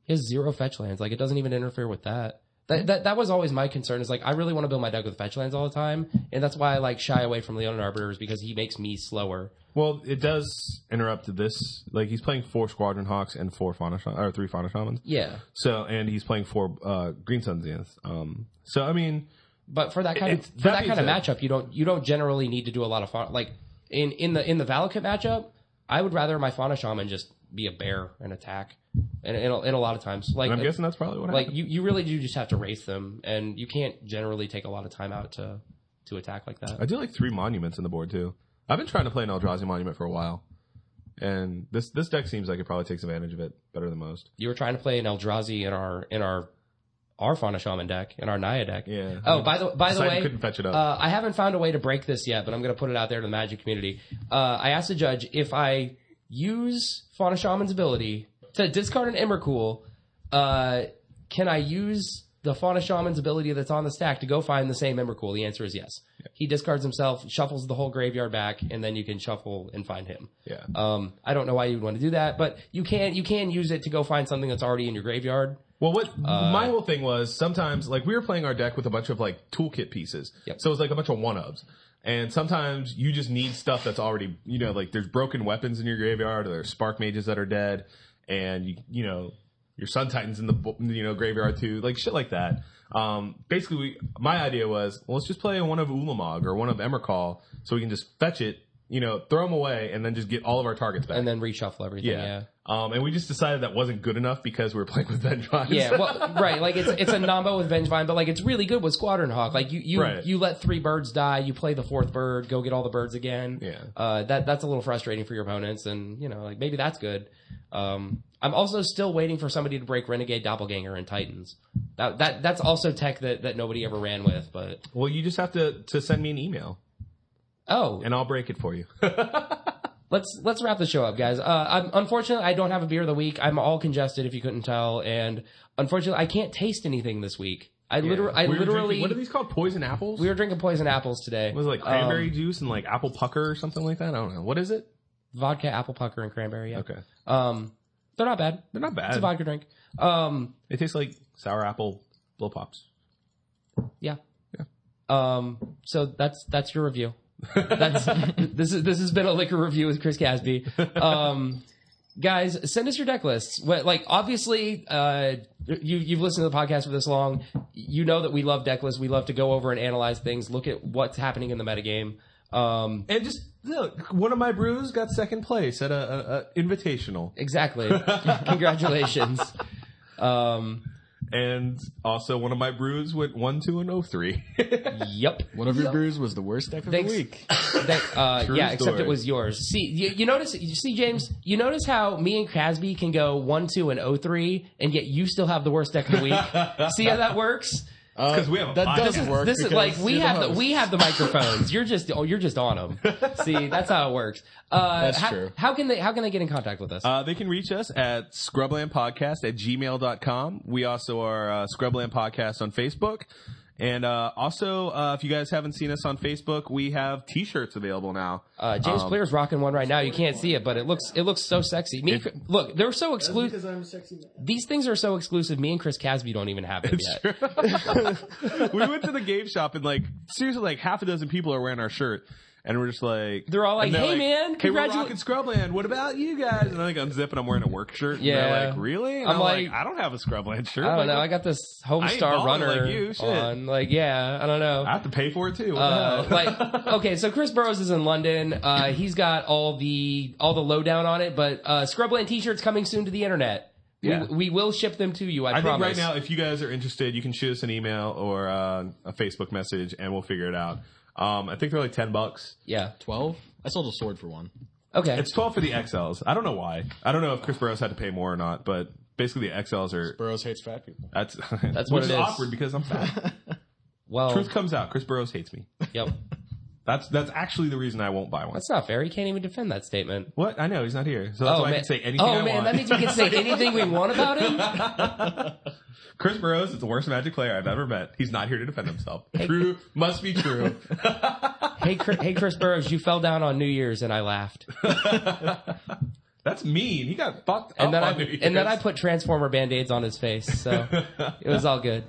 [SPEAKER 2] He has zero fetch lands. Like it doesn't even interfere with that.
[SPEAKER 1] Hmm.
[SPEAKER 2] That that, that was always my concern. Is like I really want to build my deck with fetch lands all the time, and that's why I like shy away from Leon and Arbiters because he makes me slower.
[SPEAKER 1] Well, it does interrupt this. Like he's playing four Squadron Hawks and four Fauna Sha- or three Fauna Shamans.
[SPEAKER 2] Yeah,
[SPEAKER 1] So and he's playing four uh, Green Sun Zenith. Um, so I mean,
[SPEAKER 2] but for that kind
[SPEAKER 1] It's-
[SPEAKER 2] of for that
[SPEAKER 1] that
[SPEAKER 2] kind of
[SPEAKER 1] means
[SPEAKER 2] matchup, you don't you don't generally need to do a lot of fauna. Like in in the in the Valakut matchup, I would rather my fauna shaman just be a bear and attack, and in a, and a lot of times, like
[SPEAKER 1] I'm guessing that's probably what
[SPEAKER 2] like
[SPEAKER 1] happened.
[SPEAKER 2] you, you really do just have to race them, and you can't generally take a lot of time out to to attack like that.
[SPEAKER 1] I do like three monuments in the board too. I've been trying to play an Eldrazi monument for a while, and this this deck seems like it probably takes advantage of it better than most.
[SPEAKER 2] You were trying to play an Eldrazi in our in our our fauna shaman deck in our Naya deck.
[SPEAKER 1] Yeah.
[SPEAKER 2] Oh, by the by the
[SPEAKER 1] Poseidon
[SPEAKER 2] way,
[SPEAKER 1] couldn't fetch it up.
[SPEAKER 2] Uh, I haven't found a way to break this yet, but I'm going to put it out there to the Magic community. Uh, I asked the judge if I use Fauna Shaman's ability to discard an Emrakul, uh, can I use the Fauna Shaman's ability that's on the stack to go find the same Emrakul? The answer is yes. He discards himself, shuffles the whole graveyard back, and then you can shuffle and find him.
[SPEAKER 1] Yeah.
[SPEAKER 2] Um, I don't know why you'd want to do that, but you can you can use it to go find something that's already in your graveyard.
[SPEAKER 1] Well, what
[SPEAKER 2] Uh,
[SPEAKER 1] my whole thing was sometimes like we were playing our deck with a bunch of like toolkit pieces,
[SPEAKER 2] Yep.
[SPEAKER 1] so it was like a bunch of one ofs, And sometimes you just need stuff that's already, you know, like there's broken weapons in your graveyard, or there's spark mages that are dead, and you, you know, your sun titans in the, bo- you know, graveyard too, like shit like that. Um, basically, we, my idea was, well, let's just play one of Ulamog or one of Emrakal, so we can just fetch it, you know, throw them away, and then just get all of our targets back.
[SPEAKER 2] and then reshuffle everything.
[SPEAKER 1] yeah.
[SPEAKER 2] Yeah.
[SPEAKER 1] Um, and we just decided that wasn't good enough because we were playing with Vengeance.
[SPEAKER 2] Yeah, well, right. Like it's it's a nombo with Vengevine, but like it's really good with Squadron Hawk. Like you you
[SPEAKER 1] Right.
[SPEAKER 2] you let three birds die, you play the fourth bird, go get all the birds again.
[SPEAKER 1] Yeah.
[SPEAKER 2] uh, that that's a little frustrating for your opponents, and you know like maybe that's good. Um, I'm also still waiting for somebody to break Renegade Doppelganger and Titans. That that that's also tech that that nobody ever ran with, but
[SPEAKER 1] Well, you just have to, to send me an email
[SPEAKER 2] oh,
[SPEAKER 1] and I'll break it for you.
[SPEAKER 2] let's let's wrap the show up, guys. Uh, I'm, unfortunately, I don't have a beer of the week. I'm all congested, if you couldn't tell, and unfortunately, I can't taste anything this week. I literally, I
[SPEAKER 1] We were
[SPEAKER 2] literally,
[SPEAKER 1] drinking- what are these called? Poison apples?
[SPEAKER 2] we were drinking poison apples today.
[SPEAKER 1] was it like
[SPEAKER 2] Um,
[SPEAKER 1] cranberry juice and like apple pucker or something like that? I don't know. What is it?
[SPEAKER 2] vodka, apple pucker, and cranberry. Yeah.
[SPEAKER 1] Okay.
[SPEAKER 2] Um, they're not bad.
[SPEAKER 1] They're not
[SPEAKER 2] It's
[SPEAKER 1] bad.
[SPEAKER 2] a vodka drink. Um,
[SPEAKER 1] It tastes like sour apple blow pops.
[SPEAKER 2] yeah. Um, so that's that's your review. That's this is this has been a liquor review with Chris Casby. Um, guys, send us your deck lists. What, like obviously, uh, you you've listened to the podcast for this long. You know that we love deck lists. We love to go over and analyze things. Look at what's happening in the metagame. Um,
[SPEAKER 1] And just look, one of my brews got second place at a, a, a invitational,
[SPEAKER 2] exactly. Congratulations. Um,
[SPEAKER 1] and also one of my brews went one, two, and oh three.
[SPEAKER 2] yep.
[SPEAKER 3] One of your brews was the worst deck of
[SPEAKER 2] Thanks.
[SPEAKER 3] the week.
[SPEAKER 2] That, uh,
[SPEAKER 1] True
[SPEAKER 2] yeah, except
[SPEAKER 1] story.
[SPEAKER 2] it was yours. See, you, you notice, you see, James, you notice how me and Crasby can go one, two, and oh three, and yet you still have the worst deck of the week. see how that works?
[SPEAKER 3] Uh,
[SPEAKER 1] 'cause we have a
[SPEAKER 3] that
[SPEAKER 1] podcast.
[SPEAKER 3] doesn't work.
[SPEAKER 2] This is
[SPEAKER 3] because
[SPEAKER 2] like we
[SPEAKER 3] you're
[SPEAKER 2] have the,
[SPEAKER 3] host.
[SPEAKER 2] we have the microphones. You're just oh, you're just on them. See, that's how it works. Uh,
[SPEAKER 3] That's
[SPEAKER 2] how,
[SPEAKER 3] true.
[SPEAKER 2] How can they how can they get in contact with us?
[SPEAKER 1] Uh, they can reach us at scrublandpodcast at gmail.com. We also are uh, Scrubland Podcast on Facebook. And uh, also, uh, if you guys haven't seen us on Facebook, we have t shirts available now.
[SPEAKER 2] Uh, James
[SPEAKER 3] Um,
[SPEAKER 2] Clear's rocking one right now. You can't see it, but it looks it looks so sexy. Me, and Chris- look, they're so exclusive.
[SPEAKER 4] because I'm a sexy man.
[SPEAKER 2] These things are so exclusive. Me and Chris Casby don't even have them yet.
[SPEAKER 1] we went to the game shop and, like, seriously, like half a dozen people are wearing our shirt. And we're just like,
[SPEAKER 2] They're all like,
[SPEAKER 1] and
[SPEAKER 2] "Hey, man,
[SPEAKER 1] hey, we're
[SPEAKER 2] congratu-
[SPEAKER 1] rocking Scrubland. What about you guys?" And I like unzip and I'm wearing a work shirt. And
[SPEAKER 2] Yeah.
[SPEAKER 1] they're like, "Really?" And
[SPEAKER 2] I'm
[SPEAKER 1] I'm, like,
[SPEAKER 2] like-
[SPEAKER 1] "I don't have a Scrubland shirt.
[SPEAKER 2] I
[SPEAKER 1] Like,
[SPEAKER 2] don't know. I got this
[SPEAKER 1] I ain't
[SPEAKER 2] Homestar
[SPEAKER 1] balling
[SPEAKER 2] runner
[SPEAKER 1] like you, shit.
[SPEAKER 2] on. Like, yeah, I don't know.
[SPEAKER 1] I have to pay for it too." What the
[SPEAKER 2] Uh,
[SPEAKER 1] hell?
[SPEAKER 2] like, okay, so Chris Burrows is in London. Uh, he's got all the all the lowdown on it, but uh, Scrubland T-shirts coming soon to the internet.
[SPEAKER 1] Yeah.
[SPEAKER 2] We, we will ship them to you. I,
[SPEAKER 1] I think
[SPEAKER 2] promise.
[SPEAKER 1] right now, if you guys are interested, you can shoot us an email or uh, a Facebook message, and we'll figure it out. Um, I think they're like ten bucks.
[SPEAKER 2] yeah.
[SPEAKER 3] twelve. I sold a sword for one.
[SPEAKER 2] Okay.
[SPEAKER 1] It's twelve for the XLs. I don't know why. I don't know if Chris Burrows had to pay more or not, but basically the XLs are
[SPEAKER 3] Burrows hates fat people.
[SPEAKER 1] that's that's
[SPEAKER 2] what
[SPEAKER 1] which
[SPEAKER 2] it is. Oh.
[SPEAKER 1] awkward because I'm fat.
[SPEAKER 2] well,
[SPEAKER 1] Truth comes out. Chris Burrows hates me.
[SPEAKER 2] yep.
[SPEAKER 1] That's that's actually the reason I won't buy one.
[SPEAKER 2] That's not fair. He can't even defend that statement.
[SPEAKER 1] what I know he's not here, so that's why I can say anything.
[SPEAKER 2] oh
[SPEAKER 1] I
[SPEAKER 2] man,
[SPEAKER 1] want.
[SPEAKER 2] that means we can say anything we want about him.
[SPEAKER 1] Chris Burrows is the worst Magic player I've ever met. He's not here to defend himself. True must be true.
[SPEAKER 2] hey, Chris, hey, Chris Burrows, you fell down on New Year's and I laughed,
[SPEAKER 1] That's mean. He got fucked up
[SPEAKER 2] and then I
[SPEAKER 1] on New Year's.
[SPEAKER 2] and then I put Transformer band aids on his face, so it was all good.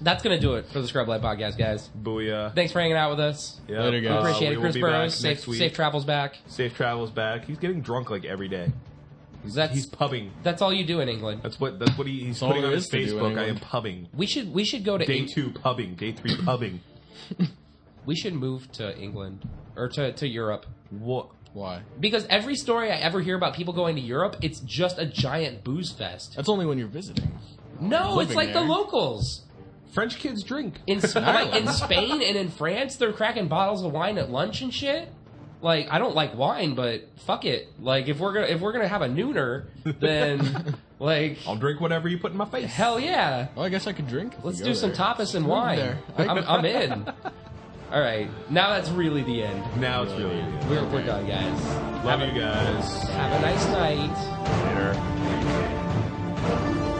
[SPEAKER 2] That's gonna do it for the Scrub Light Podcast, guys.
[SPEAKER 1] booyah.
[SPEAKER 2] Thanks for hanging out with us.
[SPEAKER 1] Yeah. uh,
[SPEAKER 3] Later, guys.
[SPEAKER 2] Appreciate
[SPEAKER 1] we
[SPEAKER 2] it,
[SPEAKER 1] will
[SPEAKER 2] Chris
[SPEAKER 1] be back
[SPEAKER 2] Burrows. Safe,
[SPEAKER 1] next week.
[SPEAKER 2] safe travels back.
[SPEAKER 1] Safe travels back. He's getting drunk like every day.
[SPEAKER 2] That's
[SPEAKER 1] He's pubbing.
[SPEAKER 2] that's all you do in England.
[SPEAKER 1] That's what that's what he, he's
[SPEAKER 3] all
[SPEAKER 1] putting
[SPEAKER 3] there
[SPEAKER 1] on his
[SPEAKER 3] is to do
[SPEAKER 1] Facebook.
[SPEAKER 3] in
[SPEAKER 1] I am
[SPEAKER 3] England.
[SPEAKER 1] pubbing.
[SPEAKER 2] We should we should go to
[SPEAKER 1] Day
[SPEAKER 2] Eng-
[SPEAKER 1] two pubbing. Day three pubbing.
[SPEAKER 2] we should move to England or to, to Europe
[SPEAKER 1] What?
[SPEAKER 3] Why?
[SPEAKER 2] because every story I ever hear about people going to Europe, it's just a giant booze fest.
[SPEAKER 3] That's only when you're visiting.
[SPEAKER 2] No, it's
[SPEAKER 3] living
[SPEAKER 2] like the
[SPEAKER 3] there.
[SPEAKER 2] locals.
[SPEAKER 1] French kids drink.
[SPEAKER 2] in Sp- like in Spain and in France, they're cracking bottles of wine at lunch and shit. Like I don't like wine, but fuck it. Like if we're gonna if we're gonna have a nooner, then like
[SPEAKER 1] I'll drink whatever you put in my face.
[SPEAKER 2] hell yeah,
[SPEAKER 3] Well, Oh, I guess I could drink. if
[SPEAKER 2] let's
[SPEAKER 3] we
[SPEAKER 2] do
[SPEAKER 3] go
[SPEAKER 2] some
[SPEAKER 3] there.
[SPEAKER 2] tapas and
[SPEAKER 3] Move
[SPEAKER 2] wine.
[SPEAKER 3] there.
[SPEAKER 2] I'm, I'm in. All right, now that's really the end.
[SPEAKER 1] Now it's really. good.
[SPEAKER 2] We're, we're done, guys.
[SPEAKER 1] Love you guys.
[SPEAKER 2] Have a nice night.
[SPEAKER 1] Later.